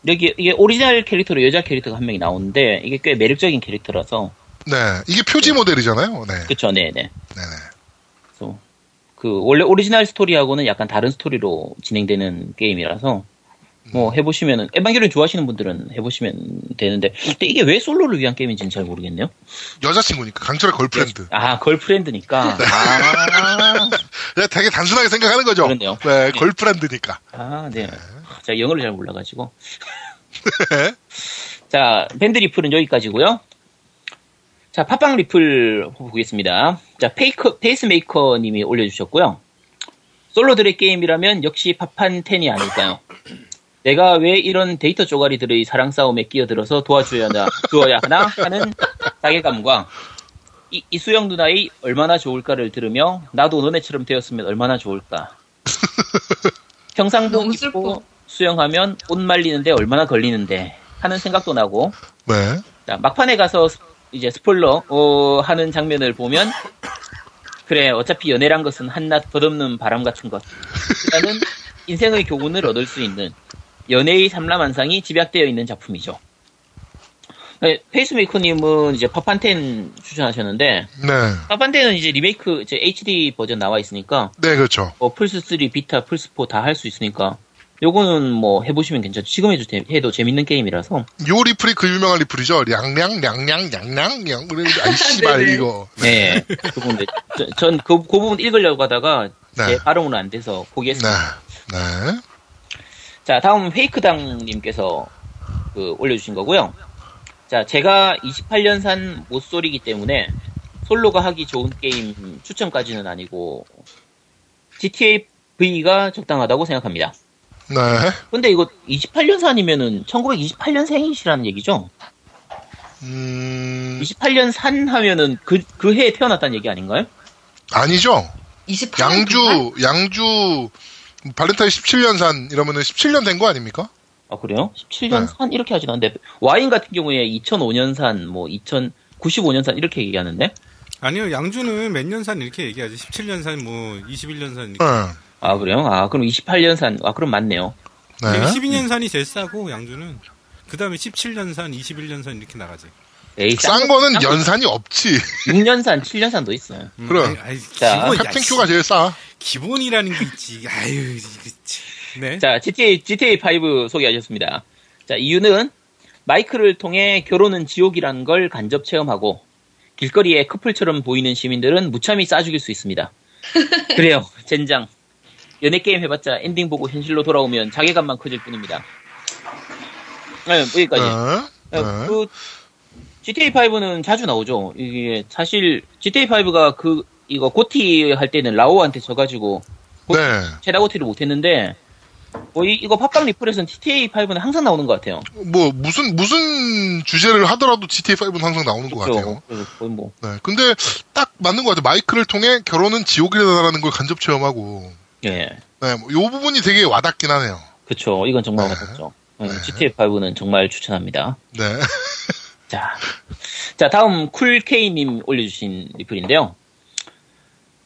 Speaker 3: 여기 이게 오리지널 캐릭터로 여자 캐릭터가 한 명이 나오는데 이게 꽤 매력적인 캐릭터라서
Speaker 2: 네 이게 표지 모델이잖아요 네
Speaker 3: 그쵸 네네.
Speaker 2: 네네
Speaker 3: 그래서 그 원래 오리지널 스토리하고는 약간 다른 스토리로 진행되는 게임이라서 뭐 해보시면은 에반게리온 좋아하시는 분들은 해보시면 되는데 근데 이게 왜 솔로를 위한 게임인지는 잘 모르겠네요.
Speaker 2: 여자친구니까 강철의 걸프렌드
Speaker 3: 아 걸프렌드니까. 아.
Speaker 2: 그냥 되게 단순하게 생각하는 거죠.
Speaker 3: 그렇네요.
Speaker 2: 네,
Speaker 3: 네.
Speaker 2: 걸프렌드니까.
Speaker 3: 아, 네. 제가 영어를 잘 몰라가지고. 자, 밴드 리플은 여기까지고요 자, 팟빵 리플 보겠습니다. 자, 페이크, 페이스메이커 님이 올려주셨고요 솔로들의 게임이라면 역시 팝판 10이 아닐까요? 내가 왜 이런 데이터 쪼가리들의 사랑 싸움에 끼어들어서 도와줘야 하나, 도와야 하나 하는 자괴감과 이, 이수영 누나의 얼마나 좋을까를 들으며 나도 너네처럼 되었으면 얼마나 좋을까. 평상복
Speaker 1: 너무
Speaker 3: 입고
Speaker 1: 슬퍼.
Speaker 3: 수영하면 옷 말리는데 얼마나 걸리는데 하는 생각도 나고
Speaker 2: 네.
Speaker 3: 자, 막판에 가서 스- 이제 스포일러 어, 하는 장면을 보면 그래 어차피 연애란 것은 한낱 덧없는 바람 같은 것 라는 인생의 교훈을 얻을 수 있는 연애의 삼라만상이 집약되어 있는 작품이죠. 네, 페이스메이커님은 이제 파판텐 추천하셨는데
Speaker 2: 네.
Speaker 3: 파판텐은 이제 리메이크 이제 HD 버전 나와 있으니까
Speaker 2: 네, 그렇죠.
Speaker 3: 뭐 플스 3, 비타, 플스 4 다 할 수 있으니까 요거는 뭐 해보시면 괜찮죠. 지금 해도, 재- 해도 재밌는 게임이라서.
Speaker 2: 요 리플이 그 유명한 리플이죠. 량량, 량량, 량량, 량. 그래, 아이, 씨발,
Speaker 1: 네네.
Speaker 2: 이거.
Speaker 3: 네. 그 부분인데, 저- 전 그, 그 부분 읽으려고 하다가
Speaker 2: 네.
Speaker 3: 제 발음은 안 돼서
Speaker 2: 네.
Speaker 3: 포기했습니다.
Speaker 2: 네.
Speaker 3: 자, 다음은 페이크당님께서 그 올려주신 거고요. 자, 제가 28년산 모쏠이기 때문에 솔로가 하기 좋은 게임 추천까지는 아니고 GTA V가 적당하다고 생각합니다.
Speaker 2: 네.
Speaker 3: 근데 이거 28년산이면은 1928년생이시라는 얘기죠?
Speaker 2: 음,
Speaker 3: 28년산 하면은 그, 그 해에 태어났다는 얘기 아닌가요?
Speaker 2: 아니죠.
Speaker 1: 28년 동안?
Speaker 2: 양주, 양주, 발렌타인 17년산 이러면은 17년 된 거 아닙니까?
Speaker 3: 아, 그래요? 17년산 이렇게 하진 않는데, 와인 같은 경우에 2005년산, 뭐, 2095년산 이렇게 얘기하는데?
Speaker 4: 아니요, 양주는 몇 년산 이렇게 얘기하지. 17년산, 뭐, 21년산 이렇게.
Speaker 2: 네.
Speaker 3: 아, 그래요? 아, 그럼 28년산, 아, 그럼 맞네요.
Speaker 2: 네.
Speaker 4: 12년산이 제일 싸고, 양주는. 그 다음에 17년산, 21년산 이렇게 나가지.
Speaker 3: 에이,
Speaker 2: 싼 거는 연산이 없지.
Speaker 3: 6년산, 7년산도 있어요.
Speaker 4: 음,
Speaker 2: 그럼.
Speaker 4: 아니, 아니,
Speaker 3: 자,
Speaker 4: 기본, 야,
Speaker 2: 캡틴 큐가 제일 싸.
Speaker 4: 기본이라는 게 있지. 아유, 그치. 네.
Speaker 3: 자, GTA, GTA5 소개하셨습니다. 자, 이유는 마이크를 통해 결혼은 지옥이라는 걸 간접 체험하고, 길거리에 커플처럼 보이는 시민들은 무참히 싸 죽일 수 있습니다. 그래요, 젠장. 연애게임 해봤자 엔딩 보고 현실로 돌아오면 자괴감만 커질 뿐입니다. 네, 여기까지.
Speaker 2: 네. 네.
Speaker 3: 그 GTA5는 자주 나오죠. 이게 사실 GTA5가 그 이거 고티 할 때는 라오한테 져가지고
Speaker 2: 네.
Speaker 3: 최다 고티를 못했는데 뭐 이, 이거 팝빵 리플에서는 GTA5는 항상 나오는 것 같아요.
Speaker 2: 뭐 무슨 무슨 주제를 하더라도 GTA 5는 항상 나오는 것 같아요.
Speaker 3: 그래서 거의 뭐
Speaker 2: 네, 근데 딱 맞는 것 같아요. 마이크를 통해 결혼은 지옥이라는 걸 간접 체험하고,
Speaker 3: 예,
Speaker 2: 네, 뭐요 부분이 되게 와닿긴 하네요.
Speaker 3: 그렇죠. 이건 정말
Speaker 2: 네.
Speaker 3: 맞았죠. 예, GTA5는 정말 추천합니다.
Speaker 2: 네,
Speaker 3: 자, 자 다음 쿨케이님 올려주신 리플인데요.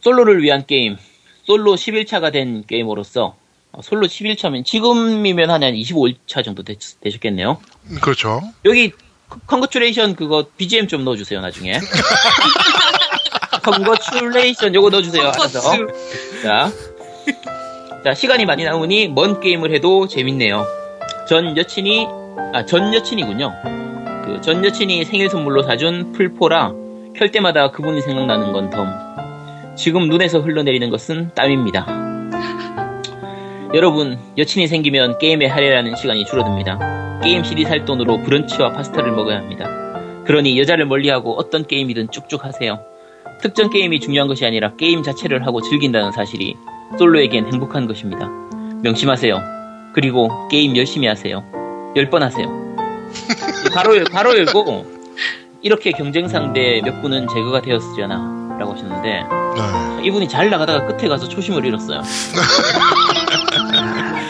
Speaker 3: 솔로를 위한 게임, 솔로 11차가 된 게이머로서 어, 솔로 11차면 지금이면 한 25차 정도 되, 셨겠네요
Speaker 2: 음, 그렇죠.
Speaker 3: 여기 컨거츄레이션 그거 BGM 좀 넣어주세요 나중에. 컨거츄레이션 요거 넣어주세요. 알아서.
Speaker 1: 컴퍼스.
Speaker 3: 자, 자 시간이 많이 남으니 먼 게임을 해도 재밌네요. 전 여친이 아 전 여친이군요. 그 전 여친이 생일 선물로 사준 풀포라 켤 때마다 그분이 생각나는 건 덤. 지금 눈에서 흘러내리는 것은 땀입니다. 여러분 여친이 생기면 게임에 할애라는 시간이 줄어듭니다. 게임 CD 살 돈으로 브런치와 파스타를 먹어야 합니다. 그러니 여자를 멀리하고 어떤 게임이든 쭉쭉 하세요. 특정 게임이 중요한 것이 아니라 게임 자체를 하고 즐긴다는 사실이 솔로에겐 행복한 것입니다. 명심하세요. 그리고 게임 열심히 하세요. 열 번 하세요. 바로, 바로 열고, 이렇게 경쟁 상대 몇 분은 제거가 되었으려나? 라고 하셨는데,
Speaker 2: 네,
Speaker 3: 이분이 잘 나가다가 끝에 가서 초심을 잃었어요.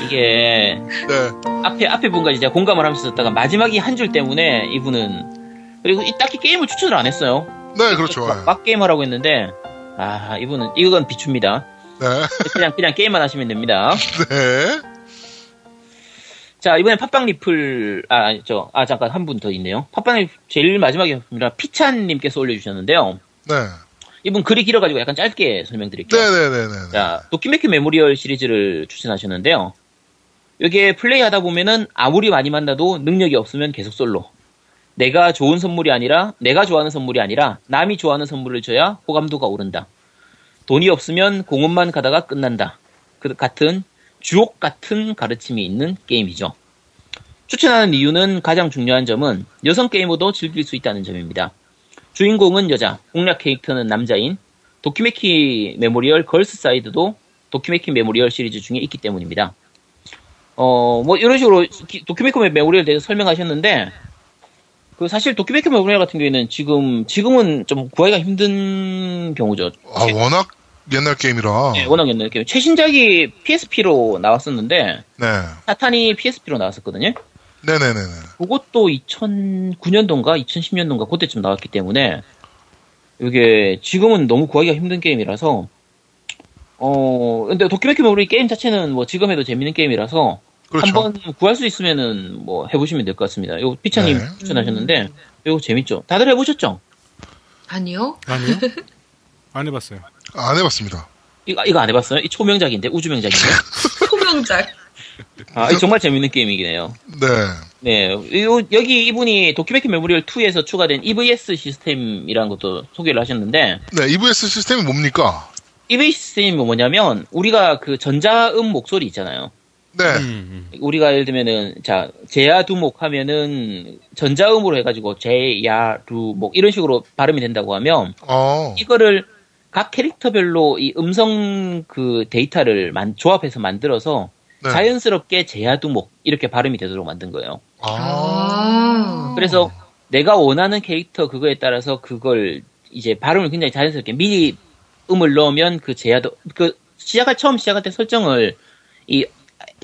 Speaker 3: 이게,
Speaker 2: 네,
Speaker 3: 앞에, 앞에 분까지 제가 공감을 하면서 썼다가 마지막이 한 줄 때문에 이분은, 그리고 이- 딱히 게임을 추천을 안 했어요.
Speaker 2: 네, 그렇죠.
Speaker 3: 막, 막 게임하라고 했는데 아 이분은 이건 비춥니다.
Speaker 2: 네,
Speaker 3: 그냥 그냥 게임만 하시면 됩니다.
Speaker 2: 네,
Speaker 3: 자 이번에 팟빵 리플 아저아 잠깐 한 분 더 있네요. 팟빵 리플 제일 마지막에 니다 피찬님께서 올려주셨는데요.
Speaker 2: 네,
Speaker 3: 이분 글이 길어가지고 약간 짧게 설명드릴게요.
Speaker 2: 네, 네, 네, 네, 네.
Speaker 3: 자, 도키메키 메모리얼 시리즈를 추천하셨는데요. 이게 플레이하다 보면은 아무리 많이 만나도 능력이 없으면 계속 솔로. 내가 좋은 선물이 아니라 내가 좋아하는 선물이 아니라 남이 좋아하는 선물을 줘야 호감도가 오른다. 돈이 없으면 공원만 가다가 끝난다. 그 같은 주옥 같은 가르침이 있는 게임이죠. 추천하는 이유는 가장 중요한 점은 여성 게이머도 즐길 수 있다는 점입니다. 주인공은 여자, 공략 캐릭터는 남자인 도키메키 메모리얼 걸스 사이드도 도키메키 메모리얼 시리즈 중에 있기 때문입니다. 어, 뭐, 이런 식으로 기- 도키메키 메모리얼에 대해서 설명하셨는데, 그 사실 도키메키 메모리얼 같은 경우에는 지금, 지금은 좀 구하기가 힘든 경우죠.
Speaker 2: 아 워낙 옛날 게임이라.
Speaker 3: 예, 워낙 옛날 게임. 최신작이 PSP로 나왔었는데,
Speaker 2: 네,
Speaker 3: 사탄이 PSP로 나왔었거든요.
Speaker 2: 네, 네, 네, 네.
Speaker 3: 그것도 2009년도인가 2010년도인가 그때쯤 나왔기 때문에 이게 지금은 너무 구하기가 힘든 게임이라서 어 근데 도키메키 메모리 게임 자체는 뭐 지금 해도 재밌는 게임이라서
Speaker 2: 그렇죠.
Speaker 3: 한번 구할 수 있으면은 뭐 해보시면 될 것 같습니다. 요 피처님
Speaker 2: 네.
Speaker 3: 추천하셨는데 이거 재밌죠? 다들 해보셨죠?
Speaker 1: 아니요.
Speaker 4: 아니요? 안 해봤어요.
Speaker 2: 안 해봤습니다.
Speaker 3: 이거, 이거 안 해봤어요? 이 초명작인데 우주명작인데
Speaker 1: 소명작.
Speaker 3: 아, 이 정말 재밌는 게임이긴 해요.
Speaker 2: 네.
Speaker 3: 네, 요- 여기 이분이 도키메키 메모리얼 2에서 추가된 EVS 시스템이라는 것도 소개를 하셨는데
Speaker 2: 네, EVS 시스템이 뭡니까?
Speaker 3: EVS 시스템이 뭐냐면 우리가 그 전자음 목소리 있잖아요.
Speaker 2: 네.
Speaker 4: 음,
Speaker 3: 우리가 예를 들면은 자 제야두목 하면은 전자음으로 해가지고 제야두목 이런 식으로 발음이 된다고 하면
Speaker 2: 어.
Speaker 3: 이거를 각 캐릭터별로 이 음성 그 데이터를 만- 조합해서 만들어서
Speaker 2: 네.
Speaker 3: 자연스럽게 제야두목 이렇게 발음이 되도록 만든 거예요.
Speaker 2: 아.
Speaker 1: 아.
Speaker 3: 그래서 내가 원하는 캐릭터 그거에 따라서 그걸 이제 발음을 굉장히 자연스럽게 미리 음을 넣으면 그 제야도 그 시작할 처음 시작할 때 설정을 이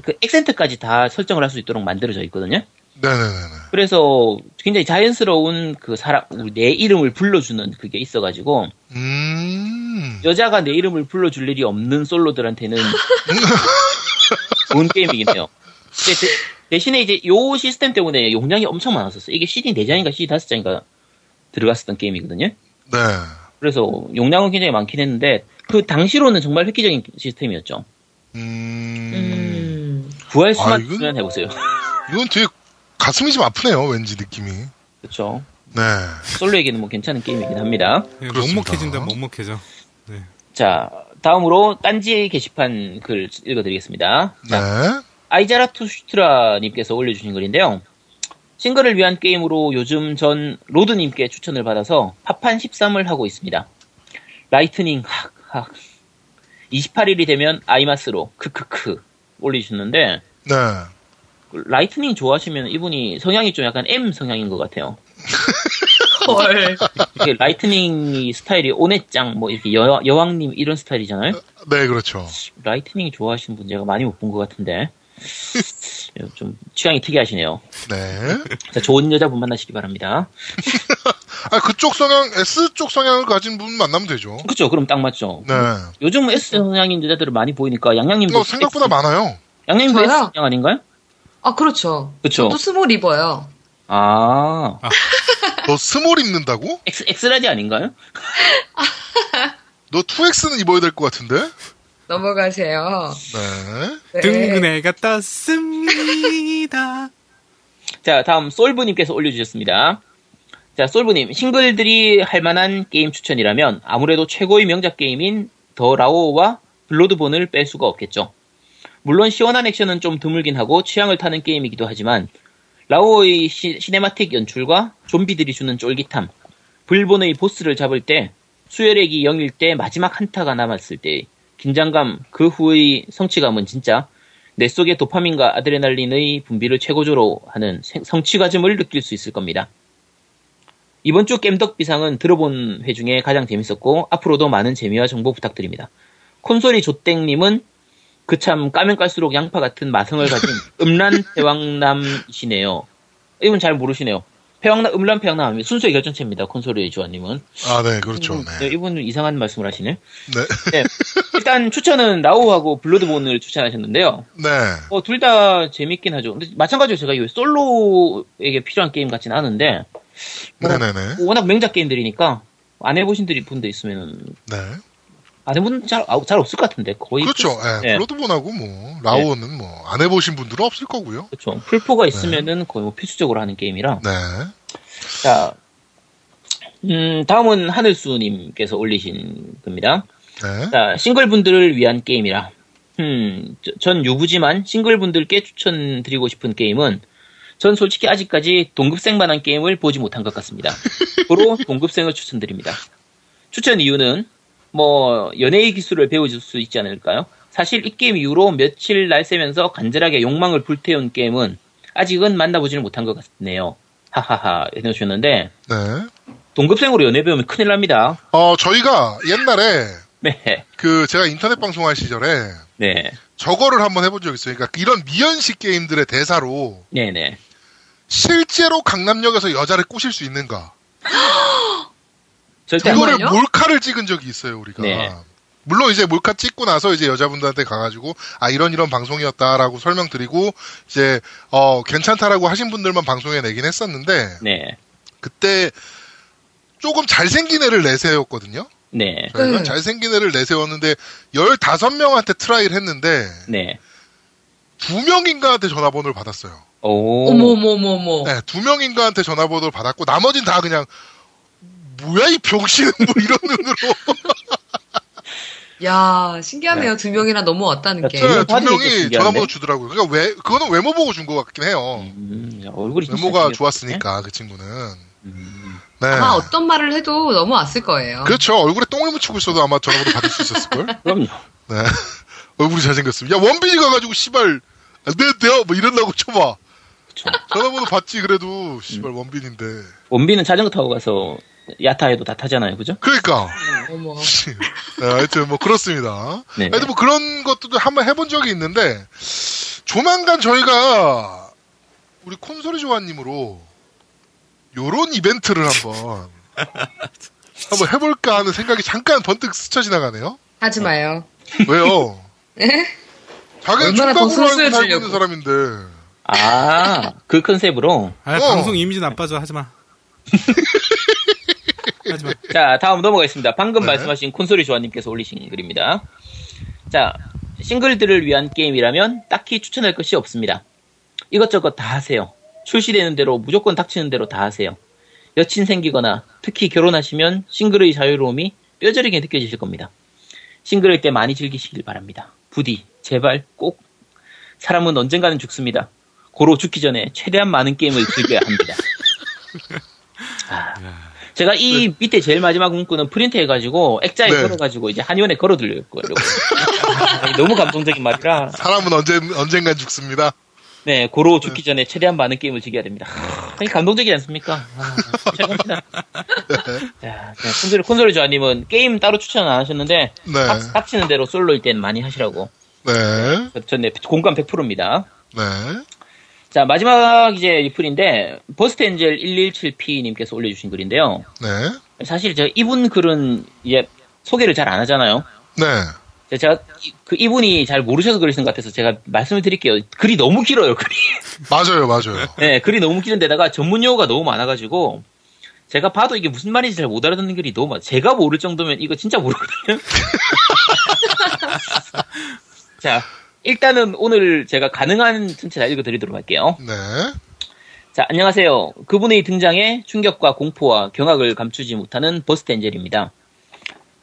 Speaker 3: 그 액센트까지 다 설정을 할 수 있도록 만들어져 있거든요.
Speaker 2: 네네네네.
Speaker 3: 그래서 굉장히 자연스러운 그 사람 우리 내 이름을 불러주는 그게 있어가지고
Speaker 2: 음.
Speaker 3: 여자가 내 이름을 불러줄 일이 없는 솔로들한테는 좋은 게임이긴 해요. 근데 대, 대신에 이제 요 시스템 때문에 용량이 엄청 많았었어요. 이게 CD 4장인가 CD 5장인가 들어갔었던 게임이거든요.
Speaker 2: 네.
Speaker 3: 그래서 용량은 굉장히 많긴 했는데 그 당시로는 정말 획기적인 시스템이었죠.
Speaker 2: 음.
Speaker 1: 음.
Speaker 3: 구할
Speaker 2: 아,
Speaker 3: 수만
Speaker 2: 이건-
Speaker 3: 있으면 해보세요.
Speaker 2: 이건 되게 가슴이 좀 아프네요, 왠지 느낌이.
Speaker 3: 그렇죠.
Speaker 2: 네.
Speaker 3: 솔로에게는 뭐 괜찮은 게임이긴 합니다.
Speaker 4: 네,
Speaker 2: 그렇습니다.
Speaker 4: 먹먹해진다 먹먹해져.
Speaker 3: 자 다음으로 딴지 게시판 글 읽어드리겠습니다. 자,
Speaker 2: 네.
Speaker 3: 아이자라투 슈트라님께서 올려주신 글인데요. 싱글을 위한 게임으로 요즘 전 로드님께 추천을 받아서 파판 13을 하고 있습니다. 라이트닝 학, 학. 28일이 되면 아이마스로 크크크 올리셨는데
Speaker 2: 네.
Speaker 3: 라이트닝 좋아하시면 이분이 성향이 좀 약간 M 성향인 것 같아요.
Speaker 1: 헐.
Speaker 3: 이게 라이트닝 스타일이 오네짱 뭐 이렇게 여, 여왕님 이런 스타일이잖아요.
Speaker 2: 네, 그렇죠.
Speaker 3: 라이트닝 좋아하시는 분 제가 많이 못 본 것 같은데 좀 취향이 특이하시네요.
Speaker 2: 네.
Speaker 3: 자, 좋은 여자분 만나시기 바랍니다.
Speaker 2: 아, 그쪽 성향, S 쪽 성향을 가진 분 만나면 되죠.
Speaker 3: 그쵸, 그럼 딱 맞죠.
Speaker 2: 네. 어,
Speaker 3: 요즘 뭐 S 성향인 여자들을 많이 보이니까 양양님도
Speaker 2: 뭐 생각보다
Speaker 3: X-
Speaker 2: 많아요.
Speaker 3: 양양님도
Speaker 1: 저요?
Speaker 3: S 성향 아닌가요?
Speaker 1: 아, 그렇죠.
Speaker 3: 그쵸.
Speaker 1: 또 스몰 입어요.
Speaker 3: 아,
Speaker 2: 너 스몰 입는다고?
Speaker 3: X, X라디 아닌가요?
Speaker 2: 너 2X는 입어야 될 것 같은데?
Speaker 1: 넘어가세요.
Speaker 2: 네.
Speaker 1: 네.
Speaker 4: 등근해가 떴습니다.
Speaker 3: 자, 다음 솔브님께서 올려주셨습니다. 자, 솔브님, 싱글들이 할 만한 게임 추천이라면 아무래도 최고의 명작 게임인 더 라오와 블로드본을 뺄 수가 없겠죠. 물론 시원한 액션은 좀 드물긴 하고 취향을 타는 게임이기도 하지만 라오의 시, 시네마틱 연출과 좀비들이 주는 쫄깃함, 불본의 보스를 잡을 때 수혈액이 0일 때 마지막 한타가 남았을 때 긴장감 그 후의 성취감은 진짜 뇌 속의 도파민과 아드레날린의 분비를 최고조로 하는 생- 성취가즘을 느낄 수 있을 겁니다. 이번 주 겜덕 비상은 들어본 회 중에 가장 재밌었고 앞으로도 많은 재미와 정보 부탁드립니다. 콘솔이 조땡님은 그 참 까면 깔수록 양파 같은 마성을 가진 음란 대왕남이시네요. 이분 잘 모르시네요. 폐왕남, 음란 폐왕남 순수의 결정체입니다. 콘솔의 주원님은
Speaker 2: 아, 네, 그렇죠.
Speaker 3: 네,
Speaker 2: 네.
Speaker 3: 이분은 이상한 말씀을 하시네.
Speaker 2: 네.
Speaker 3: 네. 일단 추천은 라오하고 블러드본을 추천하셨는데요.
Speaker 2: 네.
Speaker 3: 어, 둘 다 재밌긴 하죠. 근데 마찬가지로 제가 이 솔로에게 필요한 게임 같진 않은데 뭐,
Speaker 2: 네네네.
Speaker 3: 워낙 명작 게임들이니까 안 해보신 들이- 분들 있으면
Speaker 2: 네.
Speaker 3: 안 해본 잘잘 잘 없을 것 같은데 거의
Speaker 2: 그렇죠. 예,
Speaker 3: 뭐 네.
Speaker 2: 블러드본하고 뭐, 라오는 뭐, 안 해보신 분들은 없을 거고요.
Speaker 3: 그렇죠. 풀포가 있으면은 거의 뭐 필수적으로 하는 게임이라.
Speaker 2: 네.
Speaker 3: 자, 음, 다음은 하늘수님께서 올리신 겁니다.
Speaker 2: 네.
Speaker 3: 자, 싱글분들을 위한 게임이라. 음, 저- 전 유부지만 싱글분들께 추천드리고 싶은 게임은 전 솔직히 아직까지 동급생만한 게임을 보지 못한 것 같습니다. 주로 동급생을 추천드립니다. 추천 이유는 뭐 연애의 기술을 배워줄 수 있지 않을까요? 사실 이 게임 이후로 며칠 날 새면서 간절하게 욕망을 불태운 게임은 아직은 만나보지는 못한 것 같네요. 하하하 해놓으셨는데
Speaker 2: 네.
Speaker 3: 동급생으로 연애 배우면 큰일 납니다.
Speaker 2: 어, 저희가 옛날에
Speaker 3: 네,
Speaker 2: 그 제가 인터넷 방송할 시절에
Speaker 3: 네,
Speaker 2: 저거를 한번 해본 적이 있어요. 그러니까 이런 미연식 게임들의 대사로
Speaker 3: 네, 네.
Speaker 2: 실제로 강남역에서 여자를 꼬실 수 있는가.
Speaker 3: 절대 안
Speaker 2: 그거를
Speaker 1: 정말요?
Speaker 2: 몰카를 찍은 적이 있어요, 우리가.
Speaker 3: 네.
Speaker 2: 물론 이제 몰카 찍고 나서 이제 여자분들한테 가가지고 아 이런 이런 방송이었다라고 설명드리고 이제 어 괜찮다라고 하신 분들만 방송에 내긴 했었는데
Speaker 3: 네,
Speaker 2: 그때 조금 잘생긴 애를 내세웠거든요.
Speaker 3: 네,
Speaker 2: 저희가
Speaker 1: 네.
Speaker 2: 잘생긴 애를 내세웠는데 15명한테 트라이를 했는데
Speaker 3: 네.
Speaker 2: 두 명 인가한테 전화번호를 받았어요.
Speaker 3: 오.
Speaker 1: 어머머머머.
Speaker 2: 네, 두 명 인가한테 전화번호를 받았고 나머지는 다 그냥 뭐야 이 병신은 뭐 이런 눈으로
Speaker 1: 야 신기하네요. 두 명이나 넘어왔다는 게.
Speaker 3: 네.
Speaker 2: 네, 두
Speaker 3: 화를
Speaker 2: 명이
Speaker 3: 내겠습니다.
Speaker 2: 전화번호 주더라고요. 그러니까 왜 그거는 외모 보고 준 것 같긴 해요.
Speaker 3: 음, 야, 얼굴이 진짜
Speaker 2: 외모가
Speaker 3: 생겼네.
Speaker 2: 좋았으니까 그 친구는.
Speaker 3: 음.
Speaker 2: 네.
Speaker 1: 아마 어떤 말을 해도 넘어왔을 거예요.
Speaker 2: 그렇죠. 얼굴에 똥을 묻히고 있어도 아마 전화번호 받을 수 있었을 걸.
Speaker 3: 그럼요.
Speaker 2: 네. 얼굴이 잘생겼습니다. 야 원빈이가 가지고 씨발 내 돼요 뭐 이런다고 쳐봐.
Speaker 3: 그쵸.
Speaker 2: 전화번호 받지 그래도 씨발
Speaker 3: 음.
Speaker 2: 원빈인데.
Speaker 3: 원빈은 자전거 타고 가서 야타에도 다 타잖아요, 그죠?
Speaker 2: 그러니까.
Speaker 1: 어머.
Speaker 2: 네, 하여튼 뭐 그렇습니다.
Speaker 3: 네.
Speaker 2: 하여튼 뭐 그런 것도 한번 해본 적이 있는데 조만간 저희가 우리 콘솔이 조아님으로 요런 이벤트를 한번 한번 해볼까 하는 생각이 잠깐 번뜩 스쳐 지나가네요.
Speaker 1: 하지 마요.
Speaker 2: 왜요? 자기는
Speaker 1: 네? 얼마나 더
Speaker 2: 총각으로 알고 살고
Speaker 1: 순수해지려고.
Speaker 2: 있는 사람인데
Speaker 3: 아, 그 컨셉으로.
Speaker 4: 아,
Speaker 2: 어.
Speaker 4: 방송 이미지 나빠져 하지 마. 하지 마.
Speaker 3: 자, 다음 넘어가겠습니다. 방금
Speaker 2: 네.
Speaker 3: 말씀하신 콘솔이 조아님께서 올리신 글입니다. 자, 싱글들을 위한 게임이라면 딱히 추천할 것이 없습니다. 이것저것 다 하세요. 출시되는 대로 무조건 닥치는 대로 다 하세요. 여친 생기거나 특히 결혼하시면 싱글의 자유로움이 뼈저리게 느껴지실 겁니다. 싱글일 때 많이 즐기시길 바랍니다. 부디 제발 꼭 사람은 언젠가는 죽습니다. 고로 죽기 전에 최대한 많은 게임을 즐겨야 합니다. 아, 제가 이 밑에 제일 마지막 문구는 프린트해가지고 액자에
Speaker 2: 네.
Speaker 3: 걸어가지고 이제 한의원에 걸어 들려고 너무 감동적인 말이라
Speaker 2: 사람은 언제 언젠간 죽습니다.
Speaker 3: 네, 고로 죽기 전에 최대한 많은 게임을 즐겨야 됩니다. 하, 이게 감동적이지 않습니까? 아, 최고입니다. 자, 네, 콘솔, 콘솔의 조아님은 게임 따로 추천 안 하셨는데,
Speaker 2: 네.
Speaker 3: 딱- 닥치는 대로 솔로일 땐 많이 하시라고.
Speaker 2: 네,
Speaker 3: 전 네, 공감 100%입니다.
Speaker 2: 네,
Speaker 3: 자, 마지막 이제 리플인데, 버스트엔젤 117P님께서 올려주신 글인데요.
Speaker 2: 네,
Speaker 3: 사실 저 이분 글은 이제 소개를 잘 안 하잖아요.
Speaker 2: 네.
Speaker 3: 제가 이- 그 이분이 잘 모르셔서 그러신 것 같아서 제가 말씀을 드릴게요. 글이 너무 길어요, 글이.
Speaker 2: 맞아요, 맞아요.
Speaker 3: 네, 글이 너무 길은 데다가 전문 용어가 너무 많아가지고 제가 봐도 이게 무슨 말인지 잘 못 알아듣는 글이 너무 많아. 제가 모를 정도면 이거 진짜 모르거든요. 자, 일단은 오늘 제가 가능한 전체 다 읽어드리도록 할게요.
Speaker 2: 네,
Speaker 3: 자, 안녕하세요. 그분의 등장에 충격과 공포와 경악을 감추지 못하는 버스트 엔젤입니다.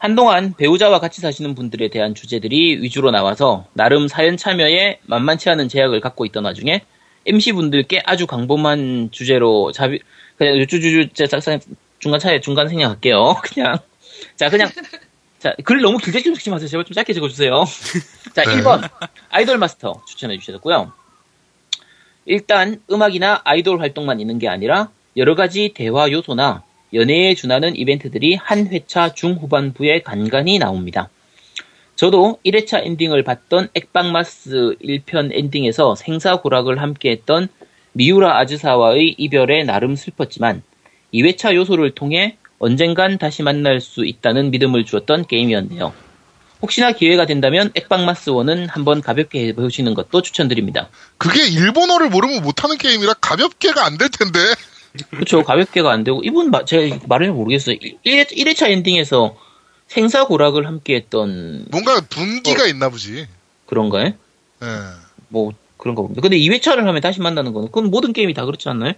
Speaker 3: 한동안 배우자와 같이 사시는 분들에 대한 주제들이 위주로 나와서 나름 사연 참여에 만만치 않은 제약을 갖고 있던 와중에 MC분들께 아주 광범한 주제로 자비, 그냥 요쭈쭈쭈, 제 작성, 중간 차에 중간 생략할게요. 그냥. 자, 그냥. 자, 글 너무 길게 좀 쓰지 마세요. 제발 좀 짧게 적어주세요. 자,
Speaker 2: 네.
Speaker 3: 1번. 아이돌 마스터 추천해 주셨고요. 일단 음악이나 아이돌 활동만 있는 게 아니라 여러 가지 대화 요소나 연애에 준하는 이벤트들이 한 회차 중후반부에 간간히 나옵니다. 저도 1회차 엔딩을 봤던 액방마스 1편 엔딩에서 생사고락을 함께했던 미우라 아즈사와의 이별에 나름 슬펐지만 2회차 요소를 통해 언젠간 다시 만날 수 있다는 믿음을 주었던 게임이었네요. 혹시나 기회가 된다면 액방마스 1은 한번 가볍게 해보시는 것도 추천드립니다.
Speaker 2: 그게 일본어를 모르면 못하는 게임이라 가볍게가 안 될 텐데.
Speaker 3: 그렇죠 가볍게가 안 되고 이분 마- 제가 말을 잘 모르겠어요 1회, 1회차 엔딩에서 생사고락을 함께했던
Speaker 2: 뭔가
Speaker 3: 어.
Speaker 2: 분기가 있나 보지.
Speaker 3: 그런가요?
Speaker 2: 예.
Speaker 3: 뭐 그런가 봅니다 근데 2회차를 하면 다시 만나는 거는 그건 모든 게임이 다 그렇지 않나요?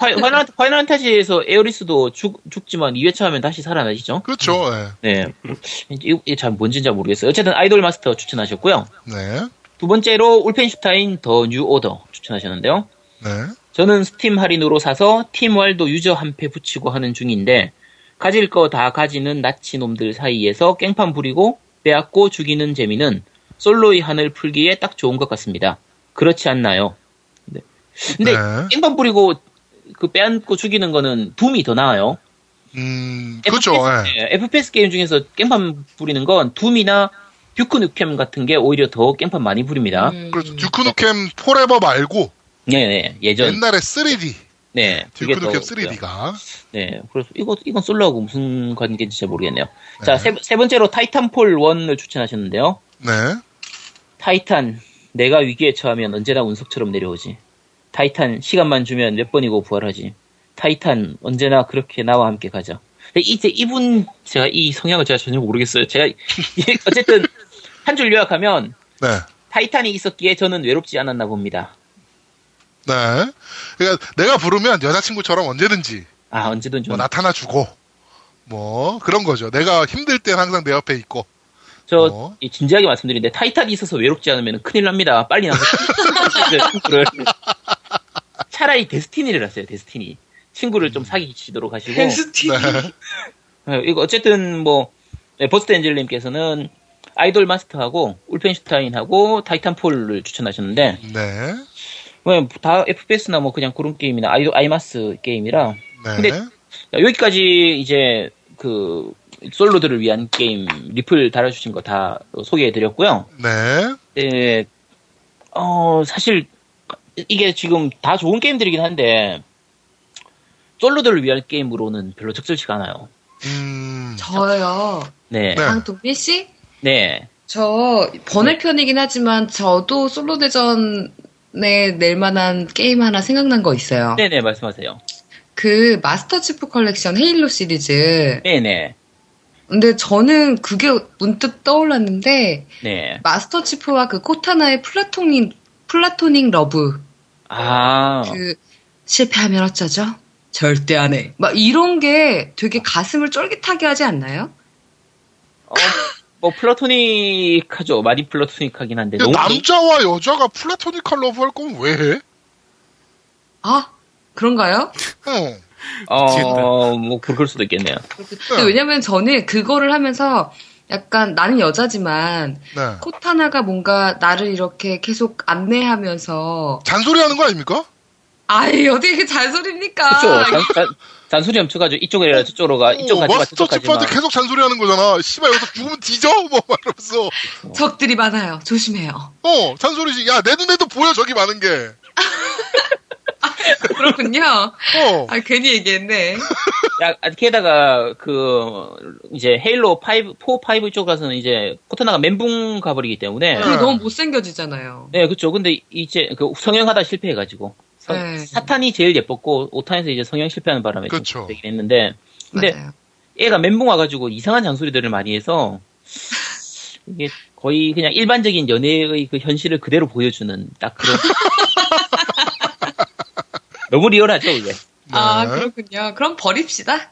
Speaker 3: 파이- 파이널, 파이널 판타지에서 에어리스도 죽, 죽지만 2회차 하면 다시 살아나시죠?
Speaker 2: 그렇죠. 예.
Speaker 3: 네. 이게 잘 뭔진 잘 모르겠어요. 어쨌든 아이돌 마스터 추천하셨고요.
Speaker 2: 네.
Speaker 3: 두 번째로 울펜슈타인 더 뉴 오더 추천하셨는데요.
Speaker 2: 네.
Speaker 3: 저는 스팀 할인으로 사서 팀월도 유저 한 패 붙이고 하는 중인데 가질 거 다 가지는 나치 놈들 사이에서 깽판 부리고 빼앗고 죽이는 재미는 솔로의 한을 풀기에 딱 좋은 것 같습니다. 그렇지 않나요? 네. 근데
Speaker 2: 네.
Speaker 3: 깽판 부리고 그 빼앗고 죽이는 거는 둠이 더 나아요.
Speaker 2: 음, 그렇죠. 예.
Speaker 3: FPS, 예, FPS 게임 중에서 깽판 부리는 건 둠이나 듀크 누켐 같은 게 오히려 더 깽판 많이 부립니다.
Speaker 1: 음.
Speaker 2: 그렇죠. 듀크누켐 포레버 말고
Speaker 3: 네, 네, 예전
Speaker 2: 옛날에 3D
Speaker 3: 네 그게 더
Speaker 2: 듀크누켐
Speaker 3: 그래요.
Speaker 2: 3D가
Speaker 3: 네, 그래서 이거 이건 솔로하고 무슨 관계인지 잘 모르겠네요. 자, 세, 세 번째로 타이탄폴 1을 추천하셨는데요.
Speaker 2: 네.
Speaker 3: 타이탄, 내가 위기에 처하면 언제나 운석처럼 내려오지. 타이탄, 시간만 주면 몇 번이고 부활하지. 타이탄, 언제나 그렇게 나와 함께 가자. 근데 이제 이분 예, 제가 이 성향을 제가 전혀 모르겠어요. 제가 이- 어쨌든 한 줄 요약하면
Speaker 2: 네.
Speaker 3: 타이탄이 있었기에 저는 외롭지 않았나 봅니다.
Speaker 2: 네. 그러니까 내가 부르면 여자친구처럼 언제든지
Speaker 3: 아, 언제든
Speaker 2: 뭐
Speaker 3: 좀.
Speaker 2: 나타나 주고 뭐 그런 거죠. 내가 힘들 땐 항상 내 옆에 있고.
Speaker 3: 저,
Speaker 2: 어.
Speaker 3: 이 진지하게 말씀드리는데, 타이탄이 있어서 외롭지 않으면 큰일 납니다. 빨리 나서. 친구를. 차라리 데스티니를 하세요, 데스티니. 친구를
Speaker 1: 음.
Speaker 3: 좀 사귀시도록 하시고.
Speaker 1: 펜스티.
Speaker 2: 네.
Speaker 3: 예, 이거 어쨌든 뭐 예, 버스트 엔젤님께서는 아이돌 마스터하고 울펜슈타인하고 타이탄폴을 추천하셨는데
Speaker 2: 네.
Speaker 3: 뭐다 FPS나 뭐 그냥 그런 게임이나 아이, 아이마스 게임이라
Speaker 2: 네.
Speaker 3: 근데- 자, 여기까지 이제 그 솔로들을 위한 게임 리플 달아주신 거 다 소개해드렸고요.
Speaker 2: 네.
Speaker 3: 예, 어 사실 이게 지금 다 좋은 게임들이긴 한데 솔로들을 위한 게임으로는 별로 적절치가 않아요.
Speaker 2: 음.
Speaker 1: 저요.
Speaker 3: 네,
Speaker 2: 네.
Speaker 1: 강동민 씨?
Speaker 3: 네.
Speaker 1: 저 번외편이긴 하지만 저도 솔로 대전에 낼 만한 게임 하나 생각난 거 있어요.
Speaker 3: 네네 말씀하세요.
Speaker 1: 그 마스터 치프 컬렉션 헤일로 시리즈.
Speaker 3: 네네.
Speaker 1: 근데 저는 그게 문득 떠올랐는데
Speaker 3: 네.
Speaker 1: 마스터 치프와 그 코타나의 플라토닉 플라토닉 러브
Speaker 3: 아.
Speaker 1: 그 실패하면 어쩌죠? 절대 안 해. 막 이런 게 되게 가슴을 쫄깃하게 하지 않나요?
Speaker 3: 어, 뭐 플라토닉하죠. 많이 플라토닉하긴 한데
Speaker 2: 근데
Speaker 3: 너무
Speaker 2: 남자와 여자가 플라토닉한 러브 할 거면 왜 해?
Speaker 1: 아 그런가요?
Speaker 2: 어.
Speaker 3: 어, 뭐 그럴 수도 있겠네요.
Speaker 1: 근데 왜냐면 저는 그거를 하면서 약간 나는 여자지만
Speaker 2: 네.
Speaker 1: 코타나가 뭔가 나를 이렇게 계속 안내하면서
Speaker 2: 잔소리 하는 거 아닙니까?
Speaker 1: 아이 어떻게 이렇게 잔소리입니까?
Speaker 3: 그쵸? 잔, 잔, 잔소리 엄청하죠. 이쪽으로 가 이쪽으로 가 아,
Speaker 2: 아,
Speaker 3: 이쪽
Speaker 2: 어,
Speaker 3: 가지 마
Speaker 2: 마스터
Speaker 3: 저쪽 가지 마.
Speaker 2: 치프한테 계속 잔소리 하는 거잖아. 씨발 여기서 죽으면 뒤져 뭐 말하면서.
Speaker 1: 적들이 많아요. 조심해요.
Speaker 2: 어 잔소리지. 야 내 눈에도 보여 저기 많은 게.
Speaker 1: 그렇군요.
Speaker 2: 어.
Speaker 1: 아 괜히 얘기했네.
Speaker 3: 야, 아, 게다가 그 이제 헤일로 5, 4, 5 쪽으로 가서는 이제 코타나가 멘붕 가버리기 때문에
Speaker 1: 그리고 너무 못생겨지잖아요.
Speaker 3: 네, 그렇죠. 근데 이제 그 성형하다 실패해가지고 성-
Speaker 1: 네.
Speaker 3: 사탄이 제일 예뻤고 오탄에서 이제 성형 실패하는 바람에 좀
Speaker 2: 그쵸.
Speaker 3: 되긴 했는데 근데
Speaker 1: 맞아요.
Speaker 3: 애가 멘붕 와가지고 이상한 잔소리들을 많이 해서 이게 거의 그냥 일반적인 연애의 그 현실을 그대로 보여주는 딱 그런 너무 리얼하죠 이게
Speaker 1: 아
Speaker 2: 네.
Speaker 1: 그렇군요. 그럼 버립시다.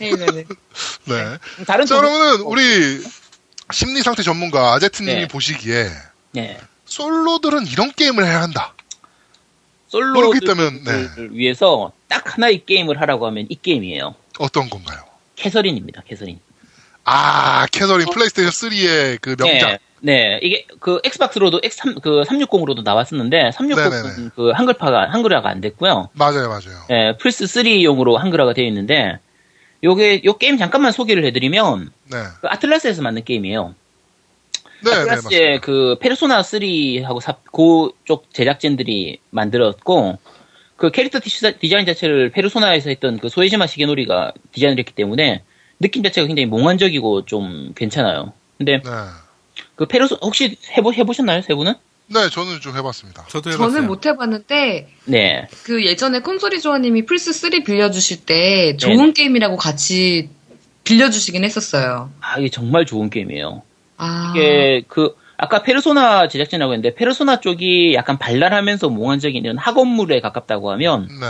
Speaker 1: 헤일러는.
Speaker 2: 네.
Speaker 3: 다른
Speaker 2: 자
Speaker 3: 부분-
Speaker 2: 그러면은 우리 심리 상태 전문가 아제트님이
Speaker 3: 어. 네.
Speaker 2: 보시기에
Speaker 3: 네
Speaker 2: 솔로들은 이런 게임을 해야 한다.
Speaker 3: 솔로를
Speaker 2: 그렇기 때문에, 네.
Speaker 3: 위해서 딱 하나의 게임을 하라고 하면 이 게임이에요
Speaker 2: 어떤 건가요?
Speaker 3: 캐서린입니다 캐서린
Speaker 2: 아 캐서린 플레이스테이션 3의 그 명작.
Speaker 3: 네, 네. 이게 그 엑스박스로도 X3 그 360으로도 나왔었는데 360은
Speaker 2: 네네네.
Speaker 3: 그 한글파가 한글화가 안 됐고요
Speaker 2: 맞아요 맞아요.
Speaker 3: 예, 플스 3용으로 한글화가 되어 있는데 요게 요 게임 잠깐만 소개를 해드리면
Speaker 2: 네.
Speaker 3: 그 아틀라스에서 만든 게임이에요.
Speaker 2: 네, 네,
Speaker 3: 아틀라스의
Speaker 2: 맞습니다.
Speaker 3: 그 페르소나 3하고 사, 그쪽 제작진들이 만들었고 그 캐릭터 디시- 디자인 자체를 페르소나에서 했던 그 소에지마 시게노리가 디자인을 했기 때문에 느낌 자체가 굉장히 몽환적이고 좀 괜찮아요. 근데
Speaker 2: 네.
Speaker 3: 그 페르소 혹시 해보 해보셨나요 세 분은?
Speaker 2: 네, 저는 좀 해봤습니다.
Speaker 4: 저도 해봤어요.
Speaker 1: 저는 못 해봤는데
Speaker 3: 네,
Speaker 1: 그 예전에 콘솔이 조아님이 플스 3 빌려주실 때 좋은
Speaker 3: 네.
Speaker 1: 게임이라고 같이 빌려주시긴 했었어요.
Speaker 3: 아 이게 정말 좋은 게임이에요.
Speaker 1: 아
Speaker 3: 이게 그 아까 페르소나 제작진이라고 했는데 페르소나 쪽이 약간 발랄하면서 몽환적인 이런 학원물에 가깝다고 하면
Speaker 2: 네.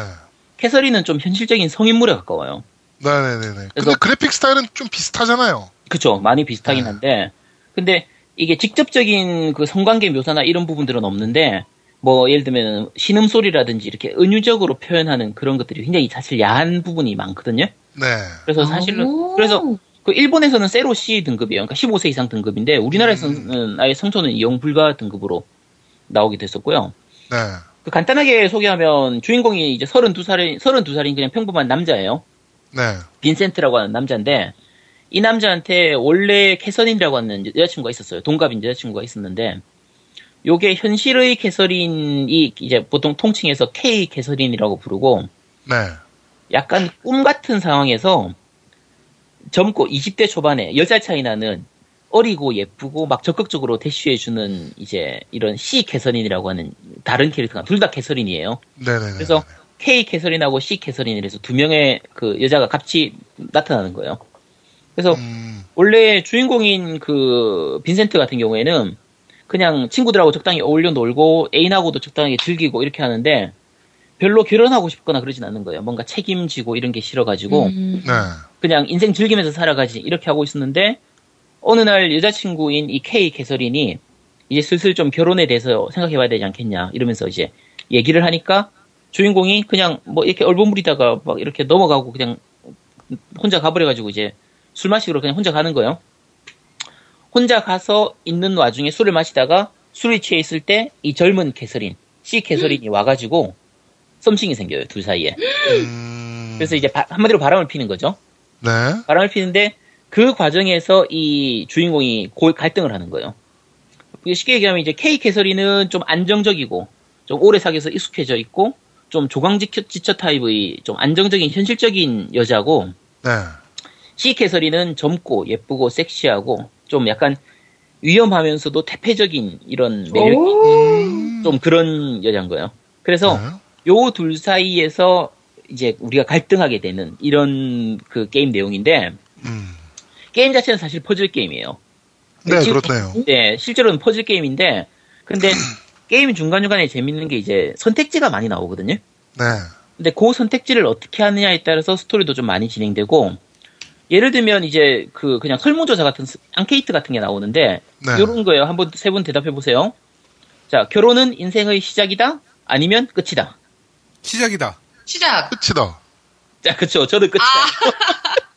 Speaker 3: 캐서린은 좀 현실적인 성인물에 가까워요.
Speaker 2: 네네네네. 근데
Speaker 3: 그래서-
Speaker 2: 그래픽 스타일은 좀 비슷하잖아요.
Speaker 3: 그쵸 많이 비슷하긴
Speaker 2: 네.
Speaker 3: 한데 근데 이게 직접적인 그 성관계 묘사나 이런 부분들은 없는데 뭐 예를 들면 신음 소리라든지 이렇게 은유적으로 표현하는 그런 것들이 굉장히 사실 야한 부분이 많거든요.
Speaker 2: 네.
Speaker 3: 그래서 사실은
Speaker 1: 오.
Speaker 3: 그래서 그 일본에서는 세로 C 등급이에요. 그러니까 15세 이상 등급인데 우리나라에서는 아예 성소는 이용 불가 등급으로 나오게 됐었고요.
Speaker 2: 네.
Speaker 3: 그 간단하게 소개하면 주인공이 이제 32살인 32살인 그냥 평범한 남자예요.
Speaker 2: 네.
Speaker 3: 빈센트라고 하는 남자인데 이 남자한테 원래 캐서린이라고 하는 여- 여자친구가 있었어요. 동갑인 여자친구가 있었는데 요게 현실의 캐서린이 이제 보통 통칭해서 K 캐서린이라고 부르고
Speaker 2: 네.
Speaker 3: 약간 꿈 같은 상황에서 젊고 20대 초반에 10살 차이 나는 어리고 예쁘고 막 적극적으로 대쉬해주는 이제 이런 C 캐서린이라고 하는 다른 캐릭터가 둘 다 캐서린이에요.
Speaker 2: 네네네.
Speaker 3: 그래서 K 캐서린하고 C 캐서린이라서 두 명의 그 여자가 같이 나타나는 거예요. 그래서
Speaker 2: 음,
Speaker 3: 원래 주인공인 그 빈센트 같은 경우에는 그냥 친구들하고 적당히 어울려 놀고 애인하고도 적당히 즐기고 이렇게 하는데 별로 결혼하고 싶거나 그러진 않는 거예요. 뭔가 책임지고 이런 게 싫어가지고
Speaker 1: 음.
Speaker 2: 네.
Speaker 3: 그냥 인생 즐기면서 살아가지 이렇게 하고 있었는데 어느 날 여자친구인 이 K 개설인이 이제 슬슬 좀 결혼에 대해서 생각해봐야 되지 않겠냐 이러면서 이제 얘기를 하니까 주인공이 그냥 뭐 이렇게 얼버무리다가 막 이렇게 넘어가고 그냥 혼자 가버려가지고 이제 술 마시러 그냥 혼자 가는 거예요. 혼자 가서 있는 와중에 술을 마시다가 술이 취해 있을 때 이 젊은 개설인 C 개설인이 와가지고 썸씽이 생겨요 둘 사이에.
Speaker 2: 음,
Speaker 3: 그래서 이제 바- 한마디로 바람을 피는 거죠.
Speaker 2: 네.
Speaker 3: 바람을 피는데 그 과정에서 이 주인공이 고- 갈등을 하는 거예요. 쉽게 얘기하면 이제 K 캐서리는 좀 안정적이고 좀 오래 사귀어서 익숙해져 있고 좀 조강지처 타입의 좀 안정적인 현실적인 여자고
Speaker 2: 네.
Speaker 3: C 캐서리는 젊고 예쁘고 섹시하고 좀 약간 위험하면서도 태폐적인 이런 매력
Speaker 2: 음,
Speaker 3: 좀 그런 여자인 거예요. 그래서
Speaker 2: 네.
Speaker 3: 요 둘 사이에서 이제 우리가 갈등하게 되는 이런 그 게임 내용인데
Speaker 2: 음.
Speaker 3: 게임 자체는 사실 퍼즐 게임이에요.
Speaker 2: 네,
Speaker 3: 지금-
Speaker 2: 그렇네요.
Speaker 3: 네, 실제로는 퍼즐 게임인데, 근데 게임 중간중간에 재밌는 게 이제 선택지가 많이 나오거든요.
Speaker 2: 네.
Speaker 3: 근데 그 선택지를 어떻게 하느냐에 따라서 스토리도 좀 많이 진행되고, 예를 들면 이제 그 그냥 설문조사 같은 스- 앙케이트 같은 게 나오는데,
Speaker 2: 네.
Speaker 3: 요런 거예요. 한번 세 분 대답해 보세요. 자, 결혼은 인생의 시작이다? 아니면 끝이다?
Speaker 4: 시작이다.
Speaker 1: 시작.
Speaker 2: 끝이다.
Speaker 3: 자, 그쵸. 저도 끝이다.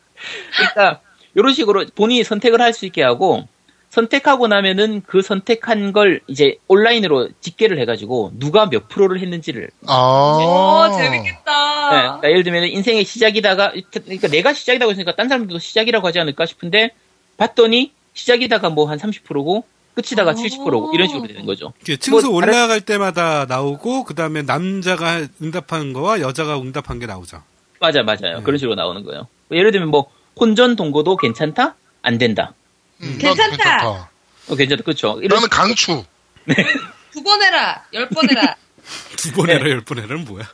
Speaker 3: 그러니까, 요런 식으로 본인이 선택을 할 수 있게 하고, 선택하고 나면은 그 선택한 걸 이제 온라인으로 집계를 해가지고, 누가 몇 프로를 했는지를.
Speaker 2: 아.
Speaker 1: 오,
Speaker 3: 네,
Speaker 1: 재밌겠다.
Speaker 3: 그러니까 예를 들면 인생의 시작이다가, 그러니까 내가 시작이라고 했으니까 딴 사람들도 시작이라고 하지 않을까 싶은데, 봤더니 시작이다가 뭐 한 30%고, 끝이다가
Speaker 1: 오.
Speaker 3: 70%고, 이런 식으로 되는 거죠.
Speaker 4: 이게 층수
Speaker 3: 뭐 다른-
Speaker 4: 올라갈 때마다 나오고 그 다음에 남자가 응답한 거와 여자가 응답한 게 나오죠.
Speaker 3: 맞아, 맞아요.
Speaker 4: 음.
Speaker 3: 그런 식으로 나오는 거예요. 예를 들면 뭐, 혼전 동거도 괜찮다? 안 된다.
Speaker 2: 음, 나도
Speaker 1: 괜찮다.
Speaker 2: 괜찮다.
Speaker 3: 어, 괜찮다. 그쵸. 이런
Speaker 2: 나는 강추.
Speaker 1: 두 번 해라. 열 번 해라.
Speaker 4: 두 번
Speaker 1: 네.
Speaker 4: 해라 열 번 해라는 뭐야?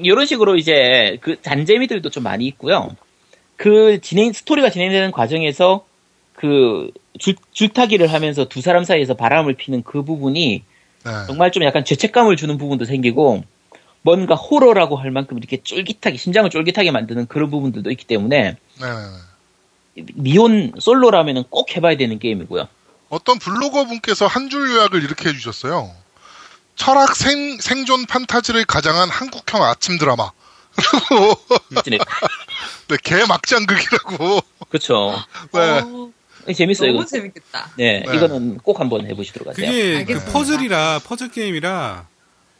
Speaker 3: 이런 식으로 이제 그 잔재미들도 좀 많이 있고요. 그 진행 스토리가 진행되는 과정에서 그 줄, 줄타기를 하면서 두 사람 사이에서 바람을 피는 그 부분이
Speaker 2: 네.
Speaker 3: 정말 좀 약간 죄책감을 주는 부분도 생기고 뭔가 호러라고 할 만큼 이렇게 쫄깃하게 심장을 쫄깃하게 만드는 그런 부분들도 있기 때문에
Speaker 2: 네. 네. 네.
Speaker 3: 미혼 솔로라면은 꼭 해봐야 되는 게임이고요.
Speaker 2: 어떤 블로거 분께서 한 줄 요약을 이렇게 해주셨어요. 철학 생, 생존 판타지를 가장한 한국형 아침 드라마.
Speaker 3: 진짜
Speaker 2: 네, 개 막장극이라고.
Speaker 3: 그렇죠.
Speaker 2: 네.
Speaker 1: 어,
Speaker 3: 재밌어요.
Speaker 1: 너무
Speaker 3: 이거.
Speaker 1: 재밌겠다.
Speaker 3: 네,
Speaker 2: 네.
Speaker 3: 이거는 꼭 한번 해보시도록 하세요.
Speaker 4: 그게 그
Speaker 1: 알겠습니다.
Speaker 4: 퍼즐이라 퍼즐 게임이라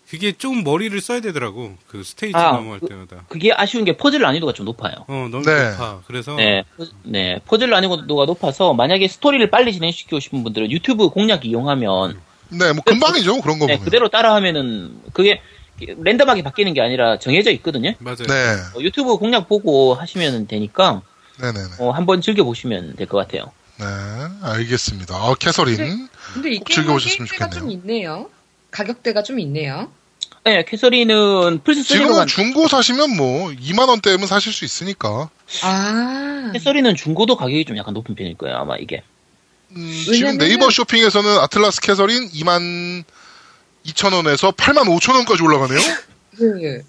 Speaker 4: 그게 좀 머리를 써야 되더라고 그 스테이지
Speaker 3: 아,
Speaker 4: 넘어갈
Speaker 3: 그-
Speaker 4: 때마다.
Speaker 3: 그게 아쉬운 게 퍼즐 난이도가 좀 높아요.
Speaker 4: 어 너무
Speaker 2: 네.
Speaker 4: 높아. 그래서
Speaker 3: 네, 포- 네 포즐 난이도가 높아서 만약에 스토리를 빨리 진행시키고 싶은 분들은 유튜브 공략 이용하면
Speaker 2: 네, 뭐 금방이죠. 그런 거
Speaker 3: 네,
Speaker 2: 보면.
Speaker 3: 그대로 따라하면은 그게 랜덤하게 바뀌는 게 아니라 정해져 있거든요.
Speaker 4: 맞아요.
Speaker 2: 네.
Speaker 3: 어, 유튜브 공략 보고 하시면 되니까
Speaker 2: 네네네.
Speaker 3: 어, 한번 즐겨 보시면 될 것 같아요.
Speaker 2: 네, 알겠습니다. 아,
Speaker 1: 네,
Speaker 2: 캐서린.
Speaker 1: 근데 이
Speaker 2: 꼭
Speaker 1: 게임은
Speaker 2: 즐겨보셨으면
Speaker 1: 게임대가
Speaker 2: 좋겠네요.
Speaker 1: 좀 있네요. 가격대가 좀 있네요.
Speaker 3: 네, 캐서리는 플스 3로
Speaker 2: 지금은
Speaker 3: 만
Speaker 2: 중고 사시면 뭐 2만 원대면 사실 수 있으니까.
Speaker 1: 아.
Speaker 3: 캐서리는 중고도 가격이 좀 약간 높은 편일 거예요 아마 이게.
Speaker 2: 음,
Speaker 1: 왜냐면은-
Speaker 2: 지금 네이버 쇼핑에서는 아틀라스 캐서린 2만 2천 원에서 8만 5천 원까지 올라가네요.
Speaker 1: 네.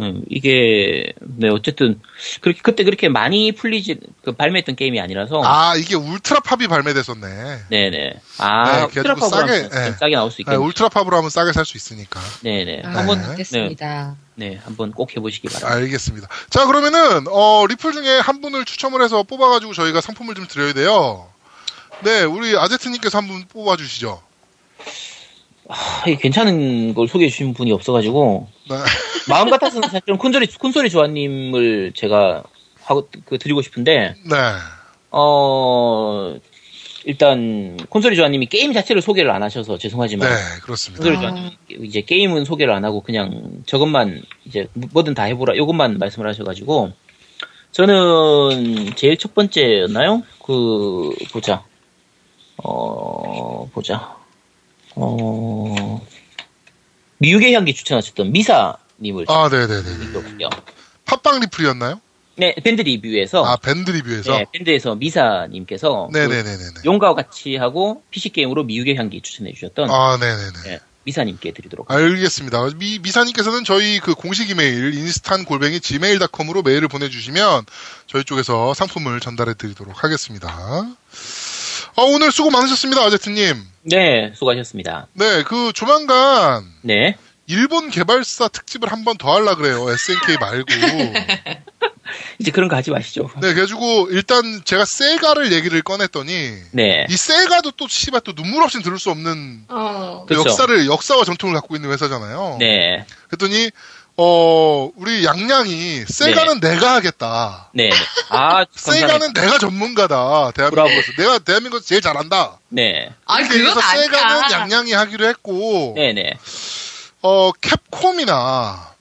Speaker 3: 음, 이게 네 어쨌든 그렇게 그때 그렇게 많이 풀리지 그 발매했던 게임이 아니라서.
Speaker 2: 아, 이게 울트라 팝이 발매됐었네.
Speaker 3: 네네. 아,
Speaker 2: 네, 그래가지고
Speaker 3: 트라파고
Speaker 2: 싸게,
Speaker 3: 싸게,
Speaker 2: 네.
Speaker 3: 싸게 나올 수
Speaker 2: 네,
Speaker 3: 있겠네.
Speaker 2: 울트라 팝으로 하면 싸게 살 수 있으니까.
Speaker 3: 네네.
Speaker 1: 아,
Speaker 3: 한번
Speaker 2: 네.
Speaker 1: 알겠습니다.
Speaker 3: 네, 한번 꼭 해보시기
Speaker 2: 아.
Speaker 3: 바랍니다.
Speaker 2: 알겠습니다. 자, 그러면은, 어, 리플 중에 한 분을 추첨을 해서 뽑아가지고 저희가 상품을 좀 드려야 돼요. 네, 우리 아제트님께서 한 분 뽑아주시죠.
Speaker 3: 아, 이 괜찮은 걸 소개해 주신 분이 없어가지고
Speaker 2: 네.
Speaker 3: 마음 같아서는 사실은 콘솔이 콘솔이 조아님을 제가 하고 그 드리고 싶은데
Speaker 2: 네.
Speaker 3: 어 일단 콘솔이 조아님이 게임 자체를 소개를 안 하셔서 죄송하지만
Speaker 2: 네, 그렇습니다.
Speaker 3: 콘솔이 조아님 이제 게임은 소개를 안 하고 그냥 저것만 이제 뭐든 다 해보라 이것만 말씀을 하셔가지고 저는 제일 첫 번째였나요? 그 보자 어 보자 어 미국의 향기 추천하셨던 미사님을
Speaker 2: 아, 네네네.
Speaker 3: 드리도록요.
Speaker 2: 팟빵 리플이었나요?
Speaker 3: 네, 밴드 리뷰에서
Speaker 2: 아, 밴드 리뷰에서?
Speaker 3: 네, 밴드에서 미사님께서 그
Speaker 2: 네, 네, 네, 네. 네.
Speaker 3: 용과 같이 하고 PC 게임으로 미국의 향기 추천해 주셨던
Speaker 2: 아, 네, 네, 네.
Speaker 3: 네, 미사님께 드리도록.
Speaker 2: 알겠습니다. 미, 미사님께서는 저희 그 공식 이메일 인스탄 골뱅이 gmail.com으로 메일을 보내주시면 저희 쪽에서 상품을 전달해 드리도록 하겠습니다. 아, 오늘 수고 많으셨습니다, 아제트님.
Speaker 3: 네, 수고하셨습니다.
Speaker 2: 네, 그 조만간
Speaker 3: 네,
Speaker 2: 일본 개발사 특집을 한 번 더 하려 그래요. SNK 말고. 네,
Speaker 3: 이제 그런 거 하지 마시죠.
Speaker 2: 그래가지고 일단 제가 세가를 얘기를 꺼냈더니
Speaker 3: 네,
Speaker 2: 이 세가도 또 씨발 또 눈물 없이 들을 수 없는
Speaker 1: 어.
Speaker 3: 그쵸.
Speaker 2: 역사를 역사와 전통을 갖고 있는 회사잖아요.
Speaker 3: 네,
Speaker 2: 그랬더니 어 우리 양양이 세가는 내가 하겠다.
Speaker 3: 네. 아, 네. 감사합니다.
Speaker 2: 세가는 내가 전문가다. 대한민국에서 내가 대한민국에서 제일 잘한다.
Speaker 3: 네,
Speaker 1: 아,
Speaker 2: 그래서
Speaker 1: 그건
Speaker 2: 세가는
Speaker 1: 아니다.
Speaker 2: 양양이 하기로 했고
Speaker 3: 네, 네.
Speaker 2: 어 캡콤이나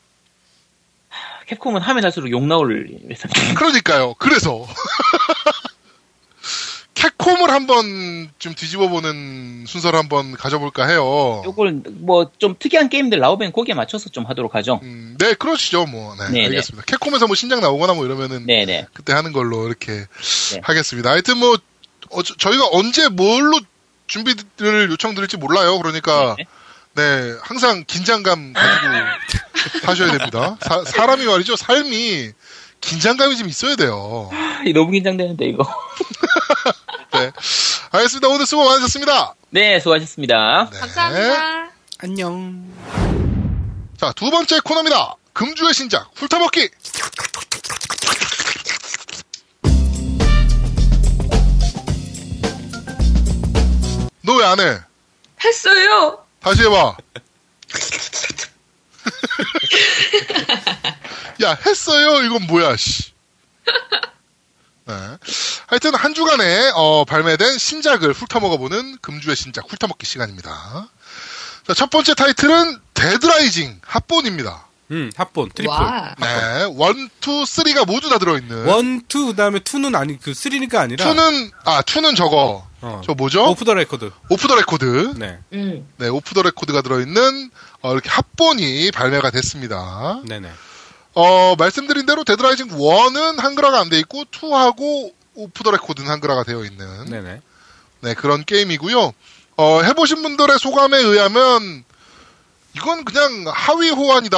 Speaker 3: 캡콤은 하면 할수록 욕 나올 회사입니다.
Speaker 2: 그러니까요. 그래서 캡콤을 한번 좀 뒤집어보는 순서를 한번 가져볼까 해요.
Speaker 3: 요걸 뭐 좀 특이한 게임들 나오면 거기에 맞춰서 좀 하도록 하죠.
Speaker 2: 음, 네, 그러시죠. 뭐, 네,
Speaker 3: 네,
Speaker 2: 알겠습니다. 캡콤에서 뭐 신작 나오거나 뭐 이러면은
Speaker 3: 네네.
Speaker 2: 그때 하는 걸로 이렇게 하겠습니다. 하여튼 뭐 어, 저- 저희가 언제 뭘로 준비를 요청드릴지 몰라요. 그러니까
Speaker 3: 네.
Speaker 2: 네 항상 긴장감 가지고 하셔야 됩니다. 사, 람이 말이죠. 삶이 긴장감이 좀 있어야 돼요.
Speaker 3: 아, 너무 긴장되는데 이거.
Speaker 2: 네. 알겠습니다. 오늘 수고 많으셨습니다.
Speaker 3: 네, 수고하셨습니다.
Speaker 2: 네.
Speaker 1: 감사합니다.
Speaker 4: 안녕.
Speaker 2: 자, 두 번째 코너입니다. 금주의 신작, 훑어먹기! 너 왜 안 해?
Speaker 1: 했어요.
Speaker 2: 다시 해봐. 야, 했어요? 이건 뭐야, 씨. 네. 하여튼, 한 주간에, 어, 발매된 신작을 훑어먹어보는 금주의 신작, 훑어먹기 시간입니다. 자, 첫 번째 타이틀은 데드라이징, 합본입니다.
Speaker 4: 음, 합본 트리플.
Speaker 1: 와.
Speaker 2: 네, 원, 투, 쓰리가 모두 다 들어있는.
Speaker 4: 원, 투, 그다음에 투는 아니 그 쓰리니까 아니라
Speaker 2: 투는 아 투는 저거
Speaker 4: 어.
Speaker 2: 저 뭐죠?
Speaker 4: 오프 더 레코드.
Speaker 2: 오프 더 레코드.
Speaker 4: 네,
Speaker 1: 음.
Speaker 2: 네, 오프 더 레코드가 들어있는 어, 이렇게 합본이 발매가 됐습니다.
Speaker 4: 네네.
Speaker 2: 어 말씀드린 대로 데드라이징 1은 한글화가 안 돼 있고 2하고 오프 더 레코드는 한글화가 되어 있는
Speaker 4: 네네.
Speaker 2: 네, 그런 게임이고요. 어, 해보신 분들의 소감에 의하면 이건 그냥 하위 호환이다.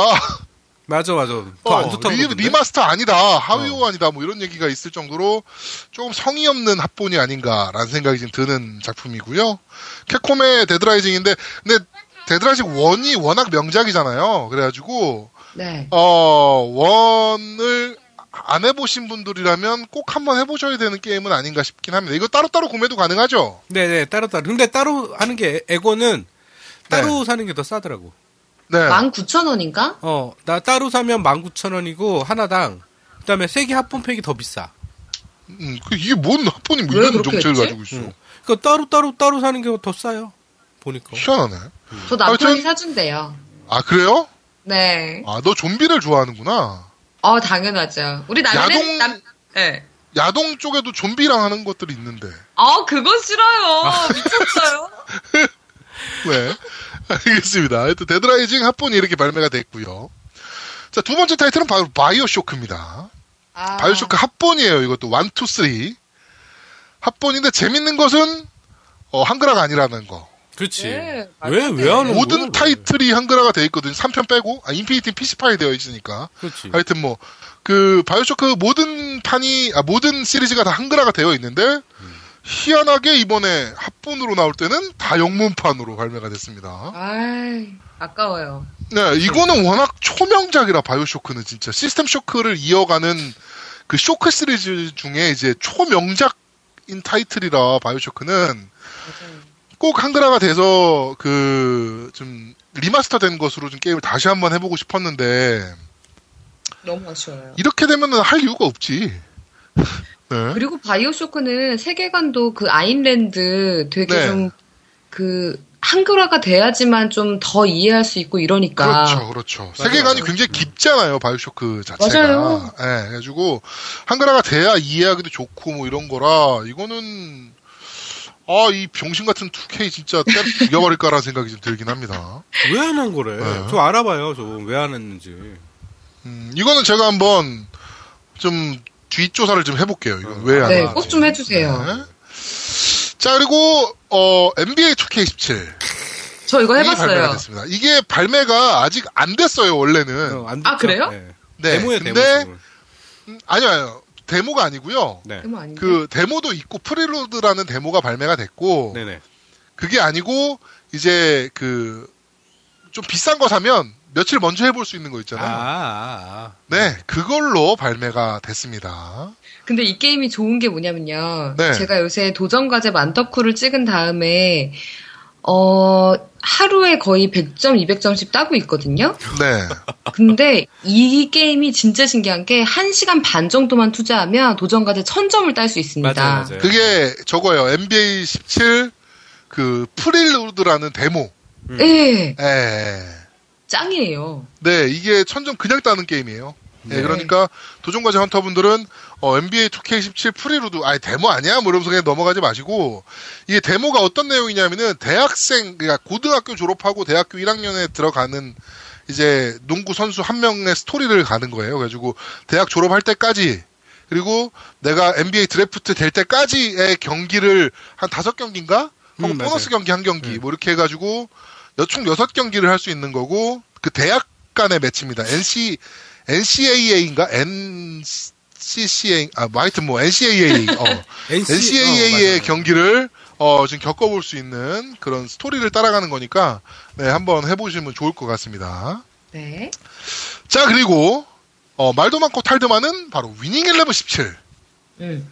Speaker 4: 맞아 맞아. 더 안
Speaker 2: 어,
Speaker 4: 좋다고.
Speaker 2: 리,
Speaker 4: 그러던데?
Speaker 2: 리마스터 아니다. 하위
Speaker 4: 어.
Speaker 2: 호환이다. 뭐 이런 얘기가 있을 정도로 조금 성의 없는 합본이 아닌가라는 생각이 좀 드는 작품이고요. 캡콤의 데드라이징인데 근데 데드라이징 1이 워낙 명작이잖아요. 그래가지고
Speaker 1: 네.
Speaker 2: 어, 1을 안 해보신 분들이라면 꼭 한번 해보셔야 되는 게임은 아닌가 싶긴 합니다. 이거 따로따로 구매도 가능하죠?
Speaker 4: 네네 따로 따로. 근데 따로 하는 게 에고는 따로 사는 게 더 싸더라고.
Speaker 2: 네.
Speaker 1: 19,000원인가?
Speaker 4: 어, 나 따로 사면 19,000원이고 하나당 그다음에 세계 합본 팩이 더 비싸.
Speaker 2: 음, 그 이게 뭔 합본이 뭐
Speaker 1: 왜
Speaker 2: 이런
Speaker 1: 그렇게
Speaker 2: 정체를
Speaker 1: 했지?
Speaker 2: 가지고 있어.
Speaker 4: 음. 그러니까 따로 따로 따로 사는 게 더 싸요. 보니까.
Speaker 2: 희한하네.
Speaker 1: 저 남편이
Speaker 2: 아, 전-
Speaker 1: 사준대요.
Speaker 2: 아, 그래요?
Speaker 1: 네.
Speaker 2: 아, 너 좀비를 좋아하는구나.
Speaker 1: 어, 당연하죠. 우리 남편은
Speaker 2: 야동-
Speaker 1: 남, 네.
Speaker 2: 야동 쪽에도 좀비랑 하는 것들이 있는데
Speaker 1: 아, 그건 싫어요.
Speaker 2: 아.
Speaker 1: 미쳤어요.
Speaker 2: 왜? 알겠습니다. 하여튼 데드라이징 합본이 이렇게 발매가 됐고요. 자 두 번째 타이틀은 바로 바이오쇼크입니다.
Speaker 1: 아,
Speaker 2: 바이오쇼크 합본이에요. 이것도 1, 2, 3 합본인데 재밌는 것은 어, 한글화가 아니라는 거.
Speaker 4: 그렇지.
Speaker 1: 네,
Speaker 4: 왜, 왜 하는
Speaker 2: 모든
Speaker 4: 거야,
Speaker 2: 타이틀이 한글화가 되어 있거든요. 3편 빼고 아, 인피니티 PC판이 되어 있으니까.
Speaker 4: 그걸? 그렇지.
Speaker 2: 하여튼 뭐 그 바이오쇼크 모든 판이 아, 모든 시리즈가 다 한글화가 되어 있는데 희한하게 이번에 합본으로 나올 때는 다 영문판으로 발매가 됐습니다.
Speaker 1: 아이, 아까워요.
Speaker 2: 네, 이거는 워낙 초명작이라 바이오쇼크는 진짜 시스템 쇼크를 이어가는 그 쇼크 시리즈 중에 이제 초명작인 타이틀이라 바이오쇼크는 꼭 한글화가 돼서 그 좀 리마스터된 것으로 좀 게임을 다시 한번 해보고 싶었는데
Speaker 1: 너무 아쉬워요.
Speaker 2: 이렇게 되면은 할 이유가 없지. 네.
Speaker 1: 그리고 바이오쇼크는 세계관도 그 아인랜드 되게
Speaker 2: 네.
Speaker 1: 좀 그 한글화가 돼야지만 좀 더 이해할 수 있고 이러니까. 네,
Speaker 2: 그렇죠, 그렇죠. 세계관이 굉장히 깊잖아요, 바이오쇼크 자체가.
Speaker 1: 맞아요.
Speaker 2: 예, 그래가지고, 한글화가 돼야 이해하기도 좋고, 뭐 이런 거라, 이거는, 아, 이 병신 같은 2K 진짜 때 죽여버릴까라는 생각이 좀 들긴 합니다.
Speaker 4: 왜 하는 거래?
Speaker 2: 네.
Speaker 4: 저 알아봐요. 저 왜 하는지.
Speaker 2: 음, 이거는 제가 한번 좀 뒷조사를 좀 해볼게요. 이건 왜 안
Speaker 1: 네,
Speaker 2: 나왔지?
Speaker 1: 꼭 좀 해주세요.
Speaker 2: 네. 자, 그리고, 어, NBA 2K17.
Speaker 1: 저 이거
Speaker 2: 네, 발매가
Speaker 1: 해봤어요.
Speaker 2: 됐습니다. 이게 발매가 아직 안 됐어요, 원래는.
Speaker 4: 안
Speaker 1: 아,
Speaker 4: 됐죠?
Speaker 1: 그래요?
Speaker 4: 네.
Speaker 2: 네.
Speaker 4: 데모예요,
Speaker 2: 근데,
Speaker 4: 데모.
Speaker 2: 음, 아니요, 아니요. 데모가 아니고요.
Speaker 4: 네.
Speaker 1: 데모 아닌데?
Speaker 2: 그 데모도 있고 프리로드라는 데모가 발매가 됐고
Speaker 4: 네네.
Speaker 2: 그게 아니고 이제 그 좀 비싼 거 사면 며칠 먼저 해볼 수 있는 거
Speaker 4: 아,
Speaker 2: 있잖아요.
Speaker 4: 아, 아.
Speaker 2: 네, 그걸로 발매가 됐습니다.
Speaker 1: 근데 이 게임이 좋은 게 뭐냐면요.
Speaker 2: 네.
Speaker 1: 제가 요새 도전과제 만덕후를 찍은 다음에, 어, 하루에 거의 100점, 200점씩 따고 있거든요.
Speaker 2: 네,
Speaker 1: 근데 이 게임이 진짜 신기한 게 1시간 반 정도만 투자하면 도전과제 1000점을 딸 수 있습니다.
Speaker 4: 맞아요, 맞아요.
Speaker 2: 그게 저거예요. NBA 17 그 프리로드라는 데모.
Speaker 4: 음.
Speaker 1: 예,
Speaker 2: 예.
Speaker 1: 짱이에요.
Speaker 2: 네, 이게 천점 그냥 따는 게임이에요. 예,
Speaker 4: 네.
Speaker 2: 그러니까 도전과제 헌터분들은 어, NBA 2K17 프리로드 아니 데모 아니야? 뭐 이러면서 그냥 넘어가지 마시고 이게 데모가 어떤 내용이냐면은 대학생 그러니까 고등학교 졸업하고 대학교 1학년에 들어가는 이제 농구 선수 한 명의 스토리를 가는 거예요. 그래가지고 대학 졸업할 때까지 그리고 내가 NBA 드래프트 될 때까지의 경기를 한 다섯 경기인가? 하고
Speaker 4: 음,
Speaker 2: 보너스 경기 한 경기 뭐 이렇게 해가지고 여총 여섯 경기를 할 수 있는 거고 그 대학 간의 매치입니다. NC NCAA인가 NCCA 아 하여튼 뭐 NCAA 어.
Speaker 4: NC,
Speaker 2: NCAA의
Speaker 4: 어,
Speaker 2: 경기를 어, 지금 겪어볼 수 있는 그런 스토리를 따라가는 거니까 네 한번 해보시면 좋을 것 같습니다.
Speaker 1: 네.
Speaker 2: 자 그리고 어, 말도 많고 탈도 많은 바로 위닝 엘레븐 17이
Speaker 1: 음.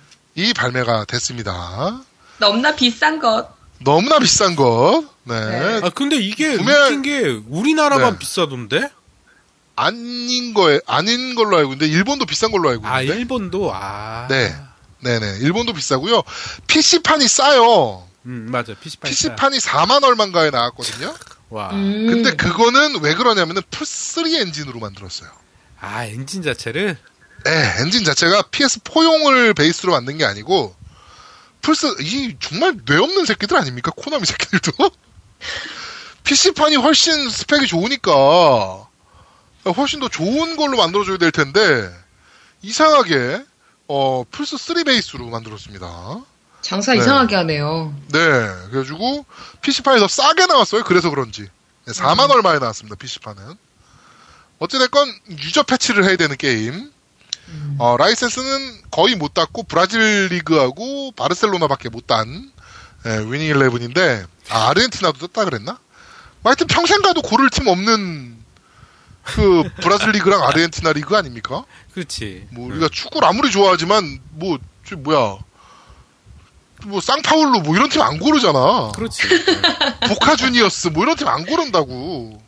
Speaker 2: 발매가 됐습니다.
Speaker 1: 너무나 비싼 것.
Speaker 2: 너무나 비싼 것. 네.
Speaker 1: 네.
Speaker 4: 맞아요. 아, 근데 이게
Speaker 2: 구매-
Speaker 4: 웃긴 게 우리나라가
Speaker 2: 네.
Speaker 4: 비싸던데?
Speaker 2: 아닌 거에 아닌 걸로 알고 있는데 일본도 비싼 걸로 알고
Speaker 4: 아,
Speaker 2: 있는데.
Speaker 4: 일본도, 아.
Speaker 2: 네. 네네. 일본도 비싸고요. PC판이 싸요.
Speaker 4: 음, 맞아. PC판.
Speaker 2: PC판이 4만 얼마인가에 나왔거든요.
Speaker 4: 와.
Speaker 1: 음.
Speaker 2: 아, 근데 그거는 왜 그러냐면은 플스3 엔진으로 만들었어요.
Speaker 4: 아, 엔진 자체를?
Speaker 2: 네, 엔진 자체가 PS4용을 베이스로 만든 게 아니고 플스 이 정말 뇌 없는 새끼들 아닙니까? 코나미 새끼들도. PC판이 훨씬 스펙이 좋으니까 훨씬 더 좋은 걸로 만들어줘야 될 텐데 이상하게 어 플스 3 베이스로 만들었습니다.
Speaker 1: 장사
Speaker 2: 네.
Speaker 1: 이상하게 하네요.
Speaker 2: 네, 그래가지고 PC판이 더 싸게 나왔어요. 그래서 그런지 네, 4만 얼마에 나왔습니다. PC판은 어찌됐건 유저 패치를 해야 되는 게임. 어, 라이센스는 거의 못 땄고 브라질 리그하고 바르셀로나밖에 못 딴 예, 위닝 일레븐인데 아, 아르헨티나도 땄다 그랬나? 뭐 하여튼 평생 가도 고를 팀 없는 그 브라질 리그랑 아르헨티나 리그 아닙니까?
Speaker 4: 그렇지.
Speaker 2: 뭐 우리가 축구를 아무리 좋아하지만 뭐 저 뭐야 뭐 쌍파울로 뭐 이런 팀 안 고르잖아.
Speaker 4: 그렇지. 음.
Speaker 2: 보카 주니어스 뭐 이런 팀 안 고른다고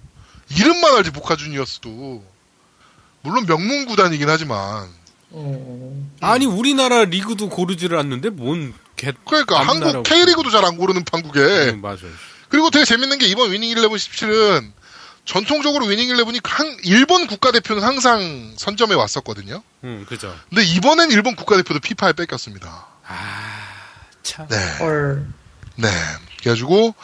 Speaker 2: 이름만 알지 보카 주니어스도 물론 명문 구단이긴 하지만
Speaker 1: 어.
Speaker 4: 아니, 우리나라 리그도 고르지를 않는데, 뭔, 개.
Speaker 2: 그러니까
Speaker 4: 다른
Speaker 2: 한국
Speaker 4: 나라고.
Speaker 2: K리그도 잘 안 고르는 판국에
Speaker 4: 음, 맞아.
Speaker 2: 그리고 되게 재밌는 게 이번 위닝 일레븐 17은 전통적으로 위닝 일레븐이 한 일본 국가대표는 항상 선점에 왔었거든요.
Speaker 4: 음, 그죠.
Speaker 2: 근데 이번엔 일본 국가대표도 피파에 뺏겼습니다.
Speaker 4: 아, 참.
Speaker 2: 네.
Speaker 1: 헐.
Speaker 2: 네. 그래가지고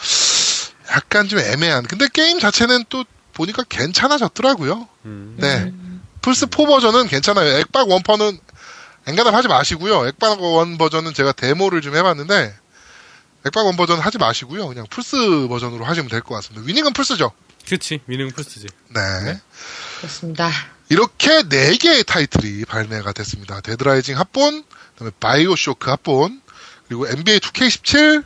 Speaker 2: 약간 좀 애매한. 근데 게임 자체는 또 보니까 괜찮아졌더라고요.
Speaker 4: 음.
Speaker 2: 네. 플스 4 버전은 괜찮아요. 액박 원퍼는 엔간함 하지 마시고요. 액박 원 버전은 제가 데모를 좀 해봤는데 액박 원 버전 하지 마시고요. 그냥 플스 버전으로 하시면 될 것 같습니다. 위닝은 플스죠.
Speaker 4: 그렇지. 미능 플스지.
Speaker 2: 네.
Speaker 1: 그렇습니다.
Speaker 2: 이렇게 네 개의 타이틀이 발매가 됐습니다. 데드라이징 합본, 그다음에 바이오쇼크 합본, 그리고 NBA 2K17,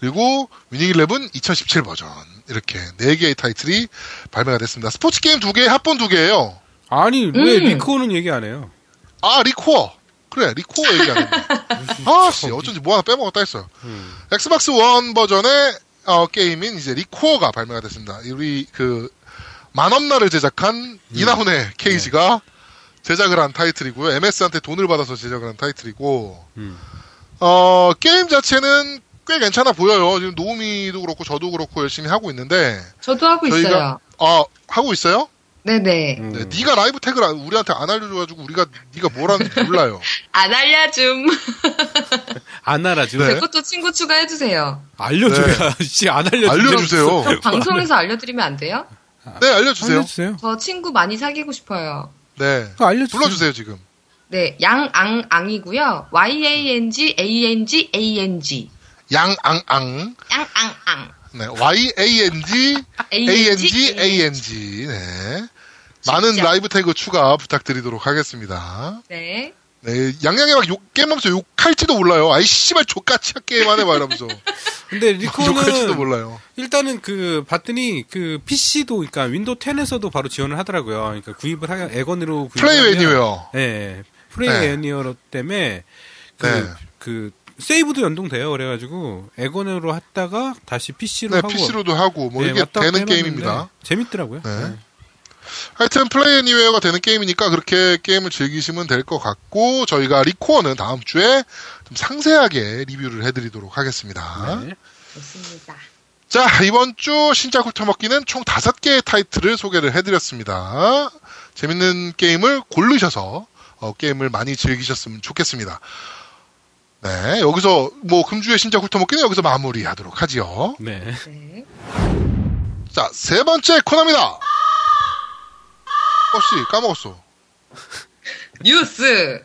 Speaker 2: 그리고 위닝 일레븐 2017 버전 이렇게 네 개의 타이틀이 발매가 됐습니다. 스포츠 게임 두 개, 합본 두 개예요.
Speaker 4: 아니, 왜
Speaker 1: 음.
Speaker 4: 리코는 얘기 안 해요?
Speaker 2: 아 리코어 그래 리코어 얘기하는 아씨 어쩐지 뭐 하나 빼먹었다 했어요.
Speaker 4: 음.
Speaker 2: 엑스박스 원 버전의 어, 게임인 이제 리코어가 발매가 됐습니다. 우리 그 만업나를
Speaker 4: 음.
Speaker 2: 제작한
Speaker 4: 네.
Speaker 2: 이나훈의 케이지가 제작을 한 타이틀이고요. MS한테 돈을 받아서 제작을 한 타이틀이고
Speaker 4: 음.
Speaker 2: 어, 게임 자체는 꽤 괜찮아 보여요. 지금 노우미도 그렇고 저도 그렇고 열심히 하고 있는데
Speaker 1: 저도 하고
Speaker 2: 저희가-
Speaker 1: 있어요.
Speaker 2: 아 하고 있어요?
Speaker 1: 네네.
Speaker 4: 음.
Speaker 2: 네, 네가 라이브 태그를 안- 우리한테 안 알려줘가지고 우리가 네가 뭐라는지 몰라요.
Speaker 1: 안 알려줌.
Speaker 4: 안 알아줘.
Speaker 2: 네.
Speaker 1: 제 것도 친구 추가해주세요.
Speaker 4: 알려줘야, 씨, 안 알려줘.
Speaker 2: 알려주세요. 아,
Speaker 1: 방송에서 알려드리면 안 돼요?
Speaker 2: 네 알려주세요.
Speaker 4: 알려주세요. 아,
Speaker 1: 저 친구 많이 사귀고 싶어요.
Speaker 2: 네
Speaker 4: 알려주세요.
Speaker 2: 불러주세요 지금.
Speaker 1: 네, 양앙앙이고요. Y-A-N-G-A-N-G-A-N-G.
Speaker 2: 양앙앙.
Speaker 1: 양앙앙.
Speaker 2: 네, Y-A-N-G, A-N-G, A-N-G. 네. 많은
Speaker 1: 진짜.
Speaker 2: 라이브 태그 추가 부탁드리도록 하겠습니다.
Speaker 1: 네.
Speaker 2: 네, 양양이 막 욕, 게임하면서 욕할지도 몰라요. 아이, 씨발, 족같이 게임 안 해봐, 이러면서.
Speaker 4: 근데
Speaker 2: 욕할지도
Speaker 4: 리코는
Speaker 2: 아, 몰라요.
Speaker 4: 일단은 그 봤더니 그 PC도 그러니까 윈도우 10에서도 바로 지원을 하더라고요. 그러니까 구입을 하여 에건으로 구입을
Speaker 2: 플레이
Speaker 4: 하면-
Speaker 2: 애니웨어.
Speaker 4: 예, 예. 플레이
Speaker 2: 네.
Speaker 4: 애니어 때문에 그,
Speaker 2: 네.
Speaker 4: 그 세이브도 연동돼요. 그래가지고 에건으로 했다가 다시 PC로
Speaker 2: 네,
Speaker 4: 하고
Speaker 2: PC로도 하고, 뭐,
Speaker 4: 예,
Speaker 2: 이게
Speaker 4: 왔다 갔다
Speaker 2: 되는
Speaker 4: 해놨는데
Speaker 2: 게임입니다.
Speaker 4: 재밌더라고요.
Speaker 2: 네. 하여튼, 플레이 애니웨어가 되는 게임이니까 그렇게 게임을 즐기시면 될 것 같고, 저희가 리코어는 다음 주에 좀 상세하게 리뷰를 해드리도록 하겠습니다.
Speaker 4: 네.
Speaker 1: 좋습니다.
Speaker 2: 자, 이번 주 신작 훑어먹기는 총 다섯 개의 타이틀을 소개를 해드렸습니다. 재밌는 게임을 고르셔서 어, 게임을 많이 즐기셨으면 좋겠습니다. 네, 여기서 뭐 금주의 신작 훑어먹기는 여기서 마무리하도록 하지요.
Speaker 4: 네.
Speaker 1: 네.
Speaker 2: 자, 세 번째 코너입니다. 어씨 까먹었어.
Speaker 1: 뉴스.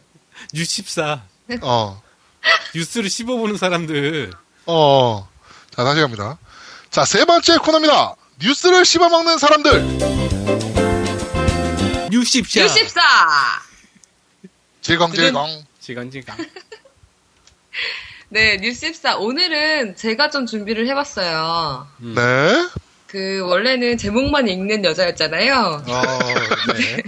Speaker 4: 64
Speaker 2: 어,
Speaker 4: 뉴스를 씹어보는 사람들
Speaker 2: 어. 자, 다시 갑니다. 자, 세 번째 코너입니다. 뉴스를 씹어먹는 사람들
Speaker 4: 뉴십샤
Speaker 1: 64.
Speaker 2: 질겅질겅.
Speaker 4: 지간지간
Speaker 1: 네, 뉴스 14. 오늘은 제가 좀 준비를 해봤어요.
Speaker 2: 네.
Speaker 1: 그, 원래는 제목만 읽는 여자였잖아요.
Speaker 4: 어, 네.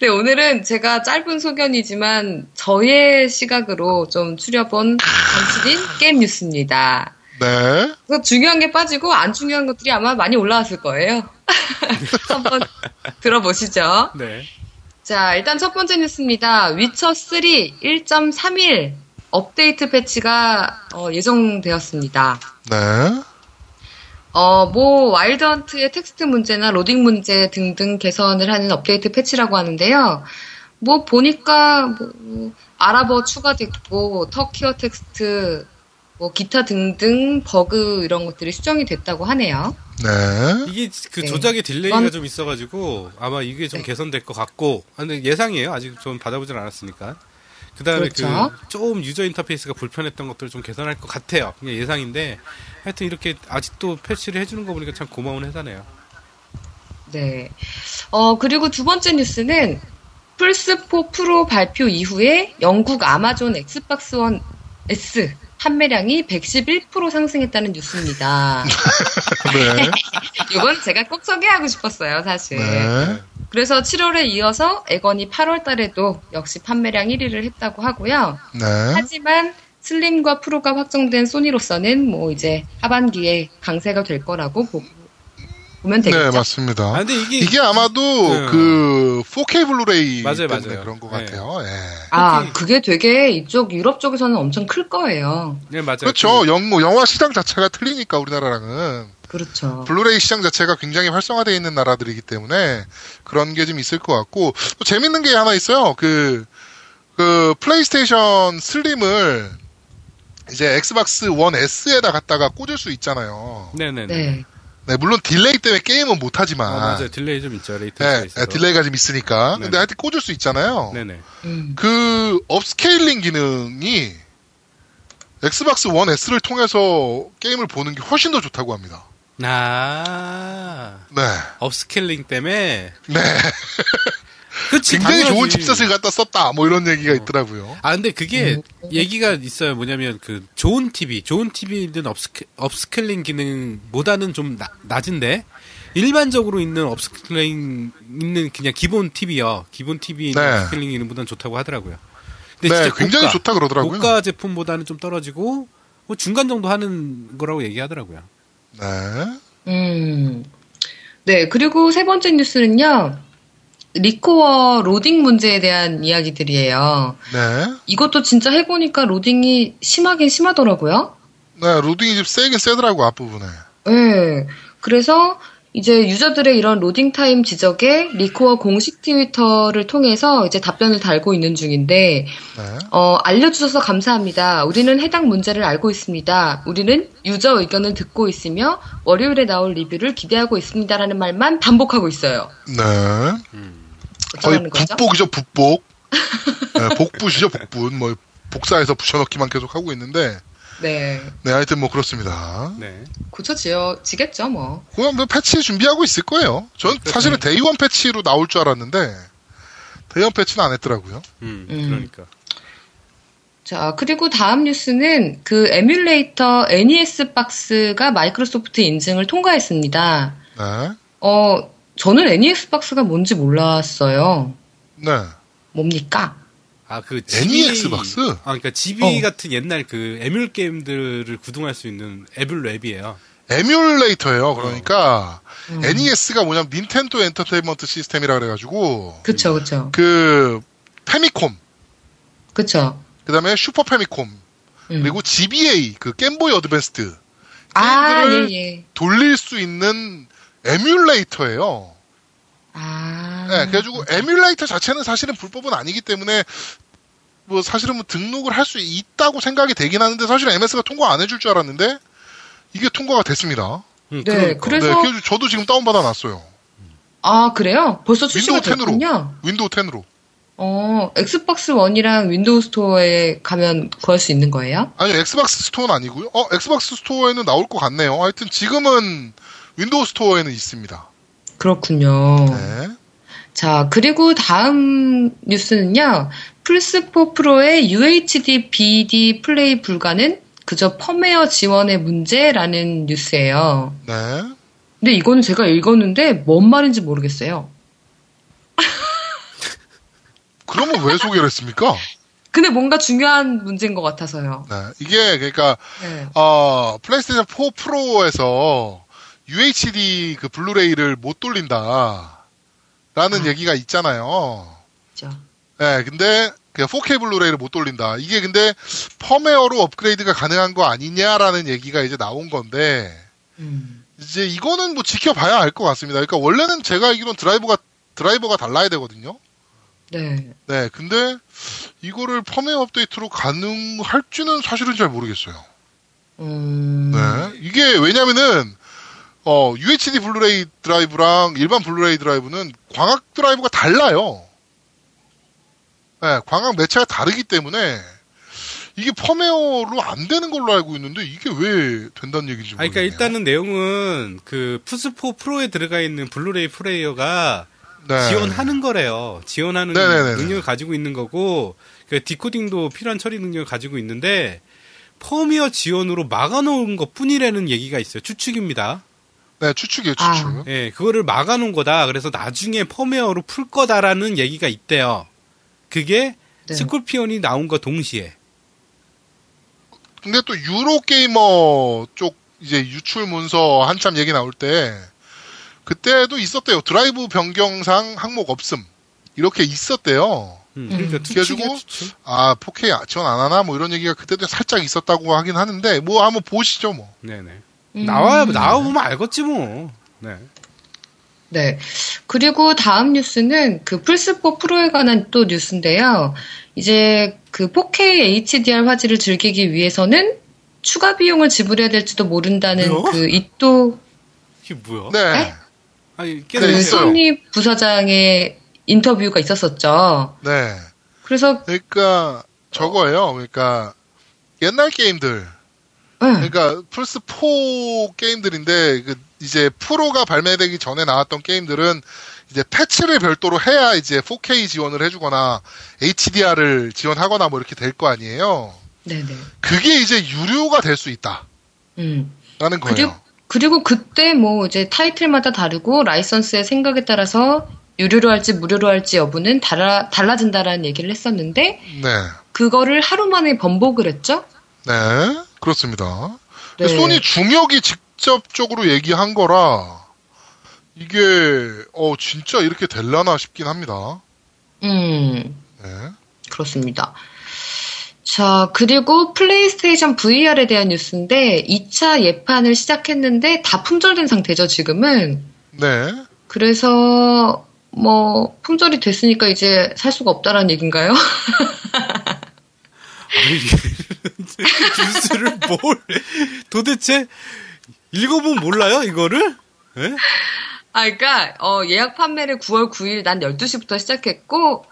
Speaker 1: 네, 오늘은 제가 짧은 소견이지만 저의 시각으로 좀 추려본 단추린 게임 뉴스입니다.
Speaker 2: 네.
Speaker 1: 그래서 중요한 게 빠지고 안 중요한 것들이 아마 많이 올라왔을 거예요. 한번 들어보시죠.
Speaker 4: 네.
Speaker 1: 자, 일단 첫 번째 뉴스입니다. 위쳐 3 1.31 업데이트 패치가 어, 예정되었습니다.
Speaker 2: 네.
Speaker 1: 어, 뭐 와일드 헌트의 텍스트 문제나 로딩 문제 등등 개선을 하는 업데이트 패치라고 하는데요. 뭐 보니까 뭐 아랍어 추가됐고 터키어 텍스트 뭐 기타 등등 버그 이런 것들이 수정이 됐다고 하네요.
Speaker 2: 네.
Speaker 4: 이게 그
Speaker 1: 네.
Speaker 4: 조작의 딜레이가
Speaker 1: 그건-
Speaker 4: 좀 있어가지고 아마 이게 좀
Speaker 1: 네.
Speaker 4: 개선될 것 같고 아, 근데 예상이에요 아직 전 받아보진 않았으니까 그다음에 그
Speaker 1: 그렇죠.
Speaker 4: 조금 유저 인터페이스가 불편했던 것들을 좀 개선할 것 같아요 그냥 예상인데 하여튼 이렇게 아직도 패치를 해주는 거 보니까 참 고마운 회사네요
Speaker 1: 네. 어, 그리고 두 번째 뉴스는 플스4 프로 발표 이후에 영국 아마존 엑스박스 원 S 판매량이 111% 상승했다는 뉴스입니다.
Speaker 2: 네.
Speaker 1: 이건 제가 꼭 소개하고 싶었어요, 사실.
Speaker 2: 네.
Speaker 1: 그래서 7월에 이어서 에건이 8월 달에도 역시 판매량 1위를 했다고 하고요.
Speaker 2: 네.
Speaker 1: 하지만 슬림과 프로가 확정된 소니로서는 뭐 이제 하반기에 강세가 될 거라고 보, 보면
Speaker 2: 네,
Speaker 1: 되겠죠.
Speaker 2: 맞습니다.
Speaker 4: 아 근데 이게
Speaker 2: 이게 아마도
Speaker 4: 네.
Speaker 2: 그 4K 블루레이
Speaker 4: 맞아요,
Speaker 2: 때문에
Speaker 4: 맞아요.
Speaker 2: 그런 것
Speaker 4: 네.
Speaker 2: 같아요. 예.
Speaker 1: 아, 그게 되게 이쪽 유럽 쪽에서는 엄청 클 거예요.
Speaker 4: 네 맞아요
Speaker 2: 그렇죠. 영, 뭐 영화 시장 자체가 틀리니까 우리나라랑은
Speaker 1: 그렇죠.
Speaker 2: 블루레이 시장 자체가 굉장히 활성화되어 있는 나라들이기 때문에 그런 게 좀 있을 것 같고 또 재밌는 게 하나 있어요. 그, 그 플레이스테이션 슬림을 이제 엑스박스 1 S에다 갖다가 꽂을 수 있잖아요.
Speaker 4: 그 네네네
Speaker 1: 네.
Speaker 2: 네, 물론 딜레이 때문에 게임은 못
Speaker 4: 어,
Speaker 2: 하지만
Speaker 4: 맞아요 딜레이 좀 있죠 레이트가
Speaker 2: 네,
Speaker 4: 있어
Speaker 2: 네, 딜레이가 좀 있으니까. 근데
Speaker 4: 네.
Speaker 2: 하여튼 꽂을 수 있잖아요.
Speaker 4: 네네
Speaker 1: 음.
Speaker 2: 그 업스케일링 기능이 엑스박스 1 S를 통해서 게임을 보는 게 훨씬 더 좋다고 합니다.
Speaker 4: 아
Speaker 2: 네.
Speaker 4: 업스케일링 때문에
Speaker 2: 네.
Speaker 4: 그치
Speaker 2: 굉장히 좋은
Speaker 4: 당연하지.
Speaker 2: 칩셋을 갖다 썼다. 뭐 이런 얘기가 있더라고요.
Speaker 4: 아 근데 그게
Speaker 1: 음.
Speaker 4: 얘기가 있어요. 뭐냐면 그 좋은 TV, 좋은 TV 있는 업스케, 업스킬링 기능보다는 좀 나- 낮은데 일반적으로 있는 업스킬링 있는 그냥 기본 TV요. 기본 TV 있는
Speaker 2: 네.
Speaker 4: 업스킬링 기능보다는 좋다고 하더라고요.
Speaker 2: 네.
Speaker 4: 근데 진짜
Speaker 2: 굉장히
Speaker 4: 고가,
Speaker 2: 좋다 그러더라고요.
Speaker 4: 고가 제품보다는 좀 떨어지고 뭐 중간 정도 하는 거라고 얘기하더라고요.
Speaker 2: 네.
Speaker 1: 음. 네, 그리고 세 번째 뉴스는요. 리코어 로딩 문제에 대한 이야기들이에요.
Speaker 2: 네.
Speaker 1: 이것도 진짜 해보니까 로딩이 심하긴 심하더라고요.
Speaker 2: 네. 로딩이 좀 세긴 세더라고, 앞부분에.
Speaker 1: 네. 그래서 이제 유저들의 이런 로딩 타임 지적에 리코어 공식 트위터를 통해서 이제 답변을 달고 있는 중인데,
Speaker 2: 네.
Speaker 1: 어, 알려주셔서 감사합니다. 우리는 해당 문제를 알고 있습니다. 우리는 유저 의견을 듣고 있으며 월요일에 나올 리뷰를 기대하고 있습니다라는 말만 반복하고 있어요.
Speaker 2: 네. 거의
Speaker 1: 어쩌라는 거죠?
Speaker 2: 북복이죠, 북복. 네, 복붙이죠, 복붙. 뭐, 복사해서 붙여넣기만 계속 하고 있는데,
Speaker 1: 네.
Speaker 2: 네, 하여튼 뭐 그렇습니다.
Speaker 4: 네.
Speaker 1: 고쳐지겠죠, 뭐.
Speaker 2: 그건 뭐 패치 준비하고 있을 거예요. 전 사실은 데이원 패치로 나올 줄 알았는데, 데이원 패치는 안 했더라고요.
Speaker 4: 음,
Speaker 1: 음.
Speaker 4: 그러니까.
Speaker 1: 자, 그리고 다음 뉴스는 그 에뮬레이터 NES 박스가 마이크로소프트 인증을 통과했습니다.
Speaker 2: 네.
Speaker 1: 어, 저는 NES 박스가 뭔지 몰랐어요.
Speaker 2: 네.
Speaker 1: 뭡니까?
Speaker 4: 아, 그
Speaker 2: NES E 박스? 어.
Speaker 4: 아, 그러니까 GB 같은 옛날 그 에뮬 게임들을 구동할 수 있는 에뮬 랩이에요.
Speaker 2: 에뮬레이터예요. 그러니까, NES가 뭐냐면 닌텐도 엔터테인먼트 시스템이라 그래가지고,
Speaker 1: 그쵸, 그쵸.
Speaker 2: 그, 페미콤,
Speaker 1: 그쵸.
Speaker 2: 그 다음에 슈퍼 페미콤,
Speaker 1: 음.
Speaker 2: 그리고 GBA, 그 게임보이 어드밴스드,
Speaker 1: 아,
Speaker 2: 게임들을
Speaker 1: 예, 예.
Speaker 2: 돌릴 수 있는 에뮬레이터예요.
Speaker 1: 아.
Speaker 2: 네, 그래가지고 에뮬레이터 자체는 사실은 불법은 아니기 때문에 뭐 사실은 뭐 등록을 할 수 있다고 생각이 되긴 하는데 사실 MS가 통과 안 해줄 줄 알았는데 이게 통과가 됐습니다.
Speaker 1: 네,
Speaker 4: 음, 그러니까.
Speaker 2: 네,
Speaker 1: 그래서
Speaker 2: 그래서 저도 지금 다운받아 놨어요.
Speaker 1: 아, 그래요? 벌써 출시가
Speaker 2: 윈도우 10 으로.
Speaker 1: 됐군요.
Speaker 2: 윈도우 10으로.
Speaker 1: 어, 엑스박스 1이랑 윈도우 스토어에 가면 구할 수 있는 거예요?
Speaker 2: 아니 엑스박스 스토어는 아니고요. 어 엑스박스 스토어에는 나올 것 같네요. 하여튼 지금은 윈도우 스토어에는 있습니다.
Speaker 1: 그렇군요.
Speaker 2: 네.
Speaker 1: 자, 그리고 다음 뉴스는요. 플스4 프로의 UHD BD 플레이 불가는 그저 펌웨어 지원의 문제라는 뉴스예요.
Speaker 2: 네.
Speaker 1: 근데 이거는 제가 읽었는데 뭔 말인지 모르겠어요.
Speaker 2: 그러면 왜 소개를 했습니까?
Speaker 1: 근데 뭔가 중요한 문제인 것 같아서요.
Speaker 2: 네. 이게 그러니까
Speaker 1: 네.
Speaker 2: 어, 플레이스테이션 4 프로에서 UHD 그 블루레이를 못 돌린다. 라는 얘기가 있잖아요.
Speaker 1: 그죠.
Speaker 2: 네, 근데 그 4K 블루레이를 못 돌린다. 이게 근데 펌웨어로 업그레이드가 가능한 거 아니냐라는 얘기가 이제 나온 건데
Speaker 1: 음.
Speaker 2: 이제 이거는 뭐 지켜봐야 알 것 같습니다. 그러니까 원래는 제가 알기론 드라이버가 드라이버가 달라야 되거든요.
Speaker 1: 네.
Speaker 2: 네, 근데 이거를 펌웨어 업데이트로 가능할지는 사실은 잘 모르겠어요.
Speaker 1: 음.
Speaker 2: 네. 이게 왜냐면은 어, UHD 블루레이 드라이브랑 일반 블루레이 드라이브는 광학 드라이브가 달라요. 네, 광학 매체가 다르기 때문에 이게 펌웨어로 안 되는 걸로 알고 있는데 이게 왜 된다는 얘기인지 모르겠네요.
Speaker 4: 아, 그러니까 일단은 내용은 그 플스4 프로에 들어가 있는 블루레이 플레이어가
Speaker 2: 네.
Speaker 4: 지원하는 거래요. 지원하는
Speaker 2: 네네네네.
Speaker 4: 능력을 가지고 있는 거고, 그 디코딩도 필요한 처리 능력을 가지고 있는데, 펌웨어 지원으로 막아놓은 것 뿐이라는 얘기가 있어요. 추측입니다.
Speaker 2: 네, 추측이에요, 추측.
Speaker 1: 아.
Speaker 4: 예, 그거를 막아놓은 거다. 그래서 나중에 펌웨어로 풀 거다라는 얘기가 있대요. 그게
Speaker 1: 네.
Speaker 4: 스콜피언이 나온과 동시에.
Speaker 2: 근데 또 유로 게이머 쪽 이제 유출 문서 한참 얘기 나올 때 그때도 있었대요. 드라이브 변경상 항목 없음. 이렇게 있었대요.
Speaker 4: 음, 그러니까
Speaker 1: 음.
Speaker 4: 추측이야,
Speaker 2: 그래가지고
Speaker 4: 추측.
Speaker 2: 아, 4K 지원 안 하나? 뭐 이런 얘기가 그때도 살짝 있었다고 하긴 하는데, 뭐 한번 보시죠, 뭐.
Speaker 4: 네네.
Speaker 1: 음.
Speaker 4: 나와, 나와보면 알겠지 뭐. 네.
Speaker 1: 네. 그리고 다음 뉴스는 그 플스4 프로에 관한 또 뉴스인데요. 이제 그 4K HDR 화질을 즐기기 위해서는 추가 비용을 지불해야 될지도 모른다는
Speaker 4: 뭐요?
Speaker 1: 그 이또
Speaker 4: 이게 뭐야?
Speaker 2: 네.
Speaker 4: 아니,
Speaker 1: 그
Speaker 4: 깨달으
Speaker 2: 네,
Speaker 4: 세
Speaker 2: 있어요.
Speaker 1: 소니 부사장의 인터뷰가 있었었죠.
Speaker 2: 네.
Speaker 1: 그래서
Speaker 2: 그러니까 저거예요. 그러니까 옛날 게임들.
Speaker 1: 응,
Speaker 2: 그러니까 플스4 게임들인데, 그 이제 프로가 발매되기 전에 나왔던 게임들은 이제 패치를 별도로 해야 이제 4K 지원을 해주거나 HDR을 지원하거나 뭐 이렇게 될 거 아니에요.
Speaker 1: 네네.
Speaker 2: 그게 이제 유료가 될 수 있다.
Speaker 1: 음.
Speaker 2: 라는
Speaker 1: 그리고
Speaker 2: 거예요.
Speaker 1: 그리고 그때 뭐 이제 타이틀마다 다르고 라이선스의 생각에 따라서 유료로 할지 무료로 할지 여부는 달라 달라진다라는 얘기를 했었는데
Speaker 2: 네.
Speaker 1: 그거를 하루 만에 번복을 했죠?
Speaker 2: 네, 그렇습니다.
Speaker 1: 네.
Speaker 2: 소니 중역이 직접적으로 얘기한 거라 이게 어 진짜 이렇게 될라나 싶긴 합니다.
Speaker 1: 음,
Speaker 2: 네,
Speaker 1: 그렇습니다. 자, 그리고 플레이스테이션 VR에 대한 뉴스인데 2차 예판을 시작했는데 다 품절된 상태죠, 지금은.
Speaker 2: 네,
Speaker 1: 그래서 뭐 품절이 됐으니까 이제 살 수가 없다라는 얘긴가요?
Speaker 4: 뉴스를 뭘 도대체 읽어보면 몰라요 이거를? 예?
Speaker 1: 아, 그러니까 어, 예약 판매를 9월 9일 난 12시부터 시작했고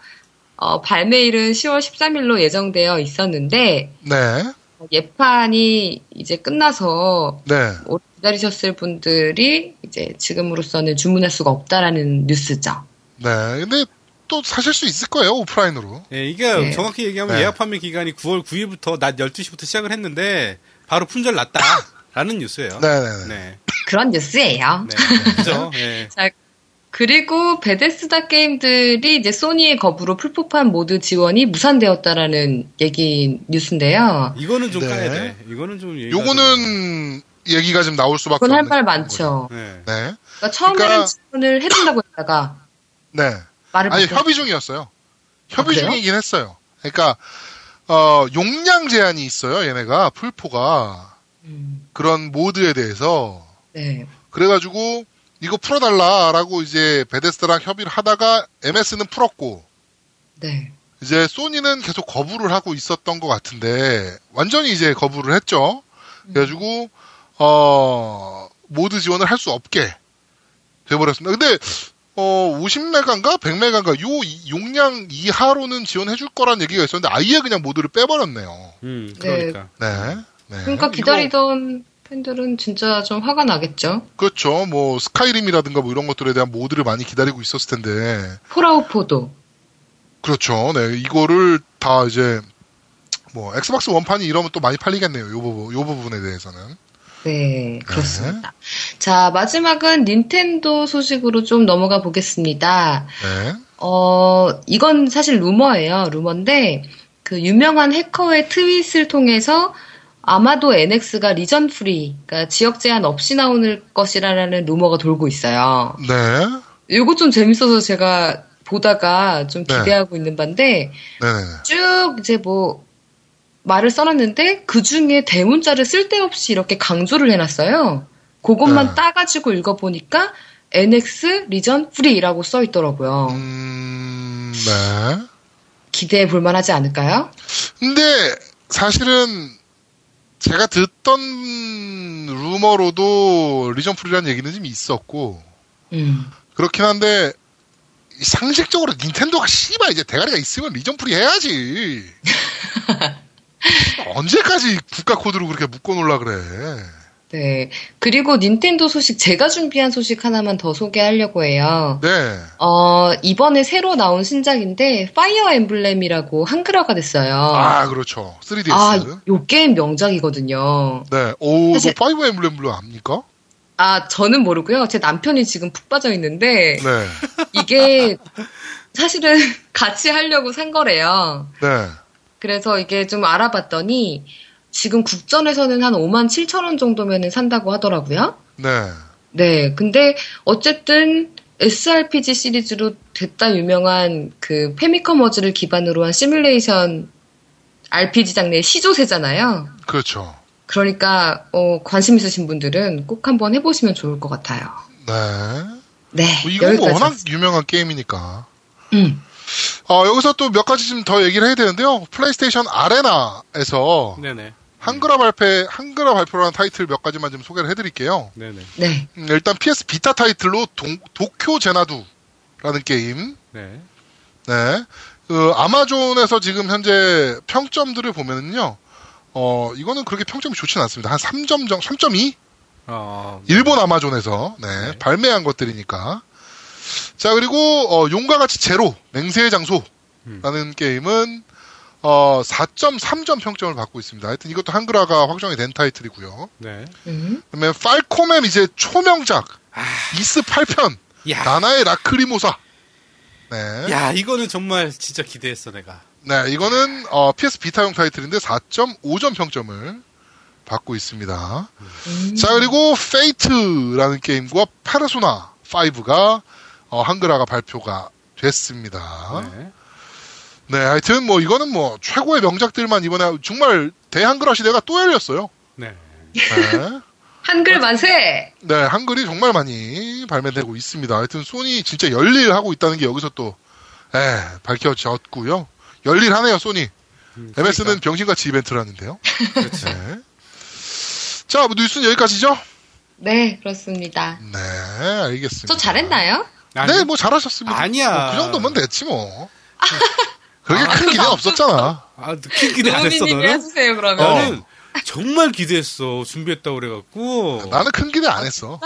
Speaker 1: 어, 발매일은 10월 13일로 예정되어 있었는데
Speaker 2: 네.
Speaker 1: 예판이 이제 끝나서
Speaker 2: 네.
Speaker 1: 오래 기다리셨을 분들이 이제 지금으로서는 주문할 수가 없다라는 뉴스죠.
Speaker 2: 네. 근데 또 사실 수 있을 거예요, 오프라인으로.
Speaker 4: 예, 이게
Speaker 1: 네.
Speaker 4: 정확히 얘기하면
Speaker 2: 네.
Speaker 4: 예약 판매 기간이 9월 9일부터 낮 12시부터 시작을 했는데 바로 품절 났다라는 뉴스예요.
Speaker 2: 네네네.
Speaker 4: 네.
Speaker 1: 그런 뉴스예요.
Speaker 4: 네. 그렇죠. 예.
Speaker 1: 그리고 베데스다 게임들이 이제 소니의 거부로 풀포판 모드 지원이 무산되었다라는 얘기 뉴스인데요.
Speaker 4: 이거는 좀
Speaker 2: 네.
Speaker 4: 까야 돼. 이거는 좀 얘기가 좀-
Speaker 2: 요거는 얘기가 지금 나올 수밖에
Speaker 1: 그건
Speaker 2: 없는
Speaker 1: 할 말 많죠.
Speaker 2: 거죠.
Speaker 4: 네.
Speaker 2: 네.
Speaker 1: 그러니까 처음에는
Speaker 2: 그러니까-
Speaker 1: 지원을 해준다고 했다가
Speaker 2: 네.
Speaker 1: 말을
Speaker 2: 아니
Speaker 1: 바꿔-
Speaker 2: 협의 중이었어요. 협의
Speaker 1: 그래요?
Speaker 2: 중이긴 했어요. 그러니까 어, 용량 제한이 있어요. 얘네가 풀포가
Speaker 1: 음,
Speaker 2: 그런 모드에 대해서
Speaker 1: 네.
Speaker 2: 그래가지고 이거 풀어달라라고 이제 베데스다랑 협의를 하다가 MS는 풀었고
Speaker 1: 네.
Speaker 2: 이제 소니는 계속 거부를 하고 있었던 것 같은데 완전히 이제 거부를 했죠. 그래가지고 어 모드 지원을 할 수 없게 돼버렸습니다. 근데 어 50메가인가 100메가인가 요 이- 용량 이하로는 지원해줄 거란 얘기가 있었는데 아예 그냥 모드를 빼버렸네요.
Speaker 4: 음, 그러니까.
Speaker 2: 네. 네.
Speaker 1: 그러니까 기다리던 팬들은 진짜 좀 화가 나겠죠.
Speaker 2: 그렇죠. 뭐 스카이림이라든가 뭐 이런 것들에 대한 모드를 많이 기다리고 있었을 텐데
Speaker 1: 폴아웃포도
Speaker 2: 그렇죠. 네 이거를 다 이제 뭐 엑스박스 원판이 이러면 또 많이 팔리겠네요. 요 부분 요 부분에 대해서는
Speaker 1: 네, 그렇습니다. 자, 마지막은 닌텐도 소식으로 좀 넘어가 보겠습니다.
Speaker 2: 네.
Speaker 1: 어, 이건 사실 루머예요. 루머인데, 그 유명한 해커의 트윗을 통해서 아마도 NX가 리전 프리, 그러니까 지역 제한 없이 나오는 것이라는 루머가 돌고 있어요.
Speaker 2: 네.
Speaker 1: 요거 좀 재밌어서 제가 보다가 좀
Speaker 2: 네.
Speaker 1: 기대하고 있는 반데,
Speaker 2: 네네네.
Speaker 1: 쭉 이제 뭐 말을 써놨는데 그 중에 대문자를 쓸데없이 이렇게 강조를 해놨어요. 그것만
Speaker 2: 네.
Speaker 1: 따가지고 읽어보니까 NX 리전 프리라고 써있더라고요.
Speaker 2: 음, 네.
Speaker 1: 기대해 볼만하지 않을까요?
Speaker 2: 근데 사실은 제가 듣던 루머로도 리전 프리라는 얘기는 좀 있었고
Speaker 1: 음.
Speaker 2: 그렇긴 한데 상식적으로 닌텐도가 씨발 이제 대가리가 있으면 리전 프리 해야지. 언제까지 국가 코드로 그렇게 묶어 놓으려 그래.
Speaker 1: 네. 그리고 닌텐도 소식 제가 준비한 소식 하나만 더 소개하려고 해요.
Speaker 2: 네.
Speaker 1: 어, 이번에 새로 나온 신작인데 파이어 엠블렘이라고 한글화가 됐어요.
Speaker 2: 아, 그렇죠. 3DS.
Speaker 1: 아, 요 게임 명작이거든요.
Speaker 2: 네. 오,
Speaker 1: 사실-
Speaker 2: 뭐 파이브 엠블렘 블루 압니까?
Speaker 1: 아, 저는 모르고요. 제 남편이 지금 푹 빠져 있는데
Speaker 2: 네.
Speaker 1: 이게 사실은 같이 하려고 산 거래요.
Speaker 2: 네.
Speaker 1: 그래서 이게 좀 알아봤더니 지금 국전에서는 한 5만 7천 원 정도면 산다고 하더라고요.
Speaker 2: 네.
Speaker 1: 네, 근데 어쨌든 SRPG 시리즈로 됐다 유명한 그 페미컴 어즈를 기반으로 한 시뮬레이션 RPG 장르의 시조세잖아요.
Speaker 2: 그렇죠.
Speaker 1: 그러니까 어, 관심 있으신 분들은 꼭 한번 해보시면 좋을 것 같아요.
Speaker 2: 네.
Speaker 1: 네,
Speaker 2: 뭐 이건 뭐
Speaker 1: 여기까지
Speaker 2: 워낙
Speaker 1: 하겠습니다.
Speaker 2: 유명한 게임이니까.
Speaker 1: 음.
Speaker 2: 아, 여기서 또 몇 가지 좀 더 얘기를 해야 되는데요. 플레이스테이션 아레나에서
Speaker 4: 네네.
Speaker 2: 한글화 발표, 한글화 발표라는 타이틀 몇 가지만 좀 소개를 해드릴게요.
Speaker 4: 네네.
Speaker 1: 네,
Speaker 2: 음, 일단 PS 비타 타이틀로 동- 도쿄 제나두라는 게임.
Speaker 4: 네.
Speaker 2: 네. 그 아마존에서 지금 현재 평점들을 보면은요. 어, 이거는 그렇게 평점이 좋진 않습니다. 한 3점 정, 3.2?
Speaker 4: 어.
Speaker 2: 일본 아마존에서 네,
Speaker 4: 네.
Speaker 2: 발매한 것들이니까. 자 그리고 어, 용과 같이 제로 맹세의 장소라는 게임은 어, 4.3점 평점을 받고 있습니다. 하여튼 이것도 한글화가 확정이 된 타이틀이고요.
Speaker 4: 네.
Speaker 1: 음.
Speaker 2: 그다음에 팔콤엠 이제 초명작
Speaker 4: 아.
Speaker 2: 이스 8편
Speaker 4: 야.
Speaker 2: 나나의 라크리모사. 네,
Speaker 4: 아. 야, 이거는 정말 진짜 기대했어 내가.
Speaker 2: 네 이거는 어, PS 비타용 타이틀인데 4.5점 평점을 받고 있습니다.
Speaker 1: 음.
Speaker 2: 자 그리고 페이트라는 게임과 페르소나 5가 어, 한글화가 발표가 됐습니다.
Speaker 4: 네.
Speaker 2: 네. 하여튼 뭐 이거는 뭐 최고의 명작들만 이번에 정말 대한글화 시대가 또 열렸어요.
Speaker 4: 네.
Speaker 2: 네.
Speaker 1: 한글 만세!
Speaker 2: 네, 한글이 정말 많이 발매되고 있습니다. 하여튼 소니 진짜 열일하고 있다는 게 여기서 또 에, 밝혀졌고요. 열일하네요, 소니.
Speaker 4: 음,
Speaker 2: MS는 병신같이 이벤트를 하는데요.
Speaker 4: 그렇죠.
Speaker 2: 네. 자, 뭐 뉴스는 여기까지죠?
Speaker 1: 네, 그렇습니다.
Speaker 2: 네, 알겠습니다.
Speaker 1: 저 잘했나요?
Speaker 4: 아니,
Speaker 2: 네, 뭐 잘하셨습니다.
Speaker 4: 아니야.
Speaker 2: 뭐그 정도면 됐지 뭐. 그렇게 큰 기대 없었잖아.
Speaker 4: 아, 큰 기대 안 했어,
Speaker 1: 노우미님이
Speaker 4: 너는?
Speaker 1: 해주세요 그러면.
Speaker 2: 네, 어.
Speaker 4: 나는 정말 기대했어. 준비했다고 그래갖고.
Speaker 2: 아, 나는 큰 기대 안 했어.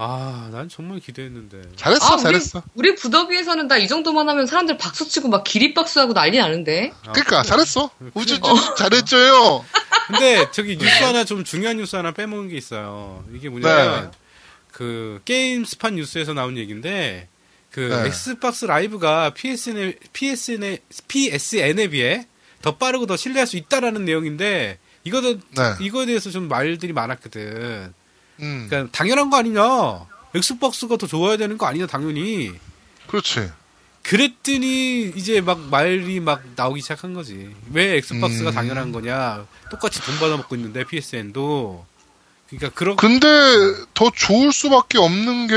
Speaker 4: 아, 난 정말 기대했는데.
Speaker 2: 잘했어,
Speaker 1: 아, 우리,
Speaker 2: 잘했어.
Speaker 1: 우리 부더비에서는 나 이 정도만 하면 사람들 박수치고 막 기립박수하고 난리 나는데.
Speaker 2: 그러니까 잘했어. 우주 잘했죠요.
Speaker 4: 근데 저기
Speaker 2: 네.
Speaker 4: 뉴스 하나 좀 중요한 뉴스 하나 빼먹은 게 있어요. 이게 뭐냐면
Speaker 2: 네.
Speaker 4: 그 게임 스팟 뉴스에서 나온 얘기인데 그
Speaker 2: 네.
Speaker 4: 엑스박스 라이브가 PSN에 PSN에 PSN에 비해 더 빠르고 더 신뢰할 수 있다라는 내용인데 이거도
Speaker 2: 네.
Speaker 4: 이거에 대해서 좀 말들이 많았거든.
Speaker 2: 음,
Speaker 4: 그러니까 당연한 거 아니냐? 엑스박스가 더 좋아야 되는 거 아니냐 당연히.
Speaker 2: 그렇지.
Speaker 4: 그랬더니 이제 막 말이 막 나오기 시작한 거지. 왜 엑스박스가
Speaker 2: 음.
Speaker 4: 당연한 거냐? 똑같이 돈 받아먹고 있는데 PSN도. 그러니까 그런
Speaker 2: 근데 더 좋을 수밖에 없는 게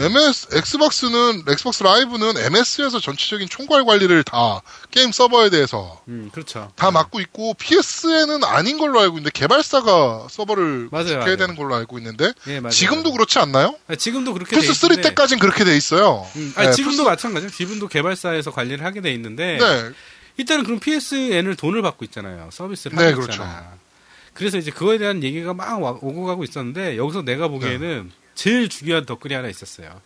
Speaker 2: MS 엑스박스는 엑스박스 라이브는 MS에서 전체적인 총괄 관리를 다 게임 서버에 대해서
Speaker 4: 음 그렇죠.
Speaker 2: 다 맡고 있고 PSN은 아닌 걸로 알고 있는데 개발사가 서버를
Speaker 4: 맞아요,
Speaker 2: 구축해야
Speaker 4: 맞아요.
Speaker 2: 되는 걸로 알고 있는데
Speaker 4: 예 맞아요.
Speaker 2: 지금도 그렇지 않나요?
Speaker 4: 아, 지금도 그렇게
Speaker 2: 플스
Speaker 4: 돼
Speaker 2: 3
Speaker 4: 있는데-
Speaker 2: 때까지는 그렇게 돼 있어요.
Speaker 4: 음, 아니,
Speaker 2: 네,
Speaker 4: 지금도 마찬가지죠. 지금도 개발사에서 관리를 하게 돼 있는데
Speaker 2: 네,
Speaker 4: 일단은 그럼 PSN을 돈을 받고 있잖아요. 서비스를
Speaker 2: 네,
Speaker 4: 하고 있잖아. 그래서 이제 그거에 대한 얘기가 막 와- 오고 가고 있었는데 여기서 내가 보기에는 제일 중요한 덧글이 하나 있었어요.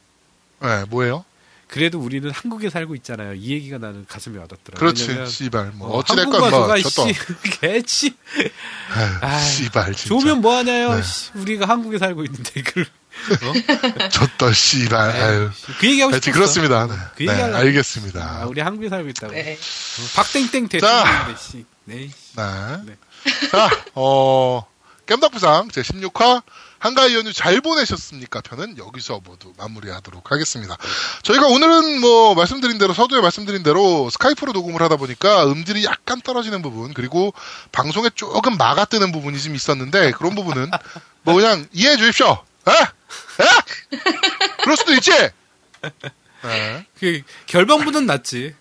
Speaker 2: 네, 뭐예요?
Speaker 4: 그래도 우리는 한국에 살고 있잖아요. 이 얘기가 나는 가슴에 와닿더라고요.
Speaker 2: 그렇지,
Speaker 4: 네, 왜냐면
Speaker 2: 씨발. 뭐
Speaker 4: 어,
Speaker 2: 어찌 됐건
Speaker 4: 한국과
Speaker 2: 뭐
Speaker 4: 조가
Speaker 2: 저도
Speaker 4: 씨, 개치. 아,
Speaker 2: 씨발 진짜.
Speaker 4: 좋으면 뭐 하냐요?
Speaker 2: 네.
Speaker 4: 씨, 우리가 한국에 살고 있는데 그,
Speaker 2: 저또 씨발. 아유.
Speaker 4: 그 얘기하고
Speaker 2: 하여튼
Speaker 4: 싶었어.
Speaker 2: 그렇습니다. 네,
Speaker 4: 그
Speaker 2: 네,
Speaker 4: 얘기하려고 아,
Speaker 2: 알겠습니다.
Speaker 4: 우리 한국에 살고 있다고.
Speaker 1: 네.
Speaker 4: 박땡땡 대통령인데 씨. 네. 씨.
Speaker 2: 네.
Speaker 4: 네.
Speaker 2: 자, 어, 깸덕부상 제16화 한가위 연휴 잘 보내셨습니까? 편은 여기서 모두 마무리하도록 하겠습니다. 저희가 오늘은 뭐 말씀드린 대로 서두에 말씀드린 대로 스카이프로 녹음을 하다 보니까 음질이 약간 떨어지는 부분 그리고 방송에 조금 막아 뜨는 부분이 좀 있었는데 그런 부분은 뭐 그냥 이해해 주십시오. 에? 에? 그럴 수도 있지. 네,
Speaker 4: 그 결방보단 낫지.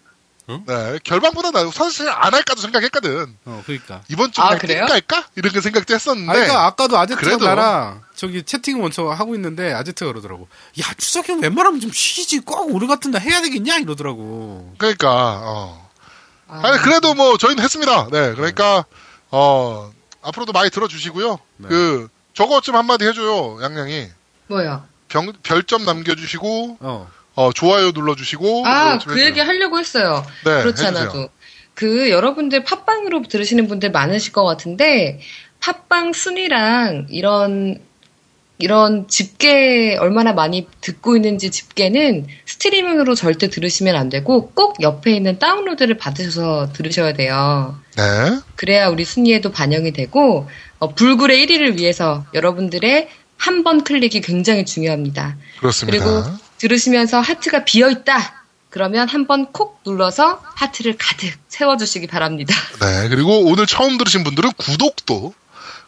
Speaker 2: 네. 결방보다 나 사실 안 할까도 생각했거든.
Speaker 4: 어, 그러니까.
Speaker 2: 이번 주에
Speaker 1: 아,
Speaker 2: 그냥
Speaker 1: 그래요?
Speaker 2: 뗄까 할까? 이렇게 생각도 했었는데.
Speaker 4: 아, 그러니까 아까도 아제트가
Speaker 2: 네. 그래도-
Speaker 4: 나랑 저기 채팅 먼저 하고 있는데 아제트가 그러더라고. 야, 추석형 웬만하면 좀 쉬지. 꼭 오늘 같은 날 해야 되겠냐 이러더라고.
Speaker 2: 그러니까 어.
Speaker 1: 아,
Speaker 2: 아니 그래도 뭐 저희는 했습니다. 네, 그러니까 어 앞으로도 많이 들어주시고요.
Speaker 4: 네.
Speaker 2: 그 저거 좀 한마디 해줘요, 양양이.
Speaker 1: 뭐야?
Speaker 2: 병- 별점 남겨주시고
Speaker 4: 어.
Speaker 2: 어, 좋아요 눌러주시고.
Speaker 1: 아,
Speaker 2: 뭐좀
Speaker 1: 그
Speaker 2: 해줘요.
Speaker 1: 얘기 하려고 했어요.
Speaker 2: 네,
Speaker 1: 그렇지
Speaker 2: 해주세요.
Speaker 1: 않아도. 그 여러분들 팟빵으로 들으시는 분들 많으실 것 같은데 팟빵 순위랑 이런 이런 집계 얼마나 많이 듣고 있는지 집계는 스트리밍으로 절대 들으시면 안 되고 꼭 옆에 있는 다운로드를 받으셔서 들으셔야 돼요.
Speaker 2: 네,
Speaker 1: 그래야 우리 순위에도 반영이 되고 어, 불굴의 1위를 위해서 여러분들의 한 번 클릭이 굉장히 중요합니다.
Speaker 2: 그렇습니다.
Speaker 1: 그리고 들으시면서 하트가 비어 있다. 그러면 한 번 콕 눌러서 하트를 가득 채워주시기 바랍니다.
Speaker 2: 네, 그리고 오늘 처음 들으신 분들은 구독도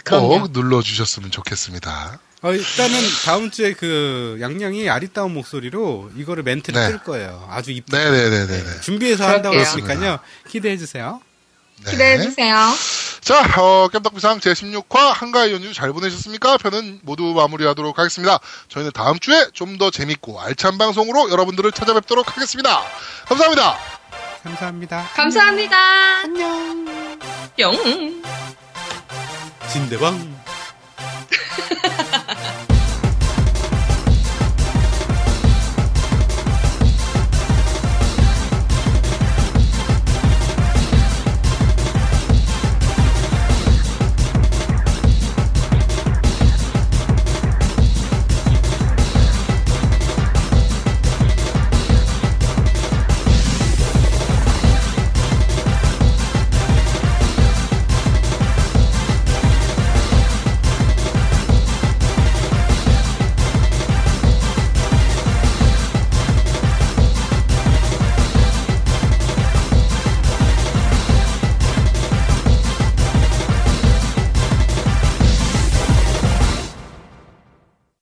Speaker 1: 그럼요.
Speaker 2: 꼭 눌러주셨으면 좋겠습니다.
Speaker 4: 어, 일단은 다음 주에 그 양양이 아리따운 목소리로 이거를 멘트를
Speaker 2: 네.
Speaker 4: 쓸 거예요. 아주 입
Speaker 2: 네, 네, 네, 네, 네.
Speaker 4: 준비해서 한다고
Speaker 1: 그럴게요.
Speaker 4: 했으니까요. 기대해 주세요.
Speaker 2: 네.
Speaker 1: 기대해 주세요.
Speaker 2: 자, 어, 깜짝비상 제16화 한가위 연휴 잘 보내셨습니까? 편은 모두 마무리하도록 하겠습니다. 저희는 다음 주에 좀 더 재밌고 알찬 방송으로 여러분들을 찾아뵙도록 하겠습니다. 감사합니다.
Speaker 4: 감사합니다.
Speaker 1: 감사합니다.
Speaker 4: 안녕.
Speaker 1: 뿅.
Speaker 4: 진대방.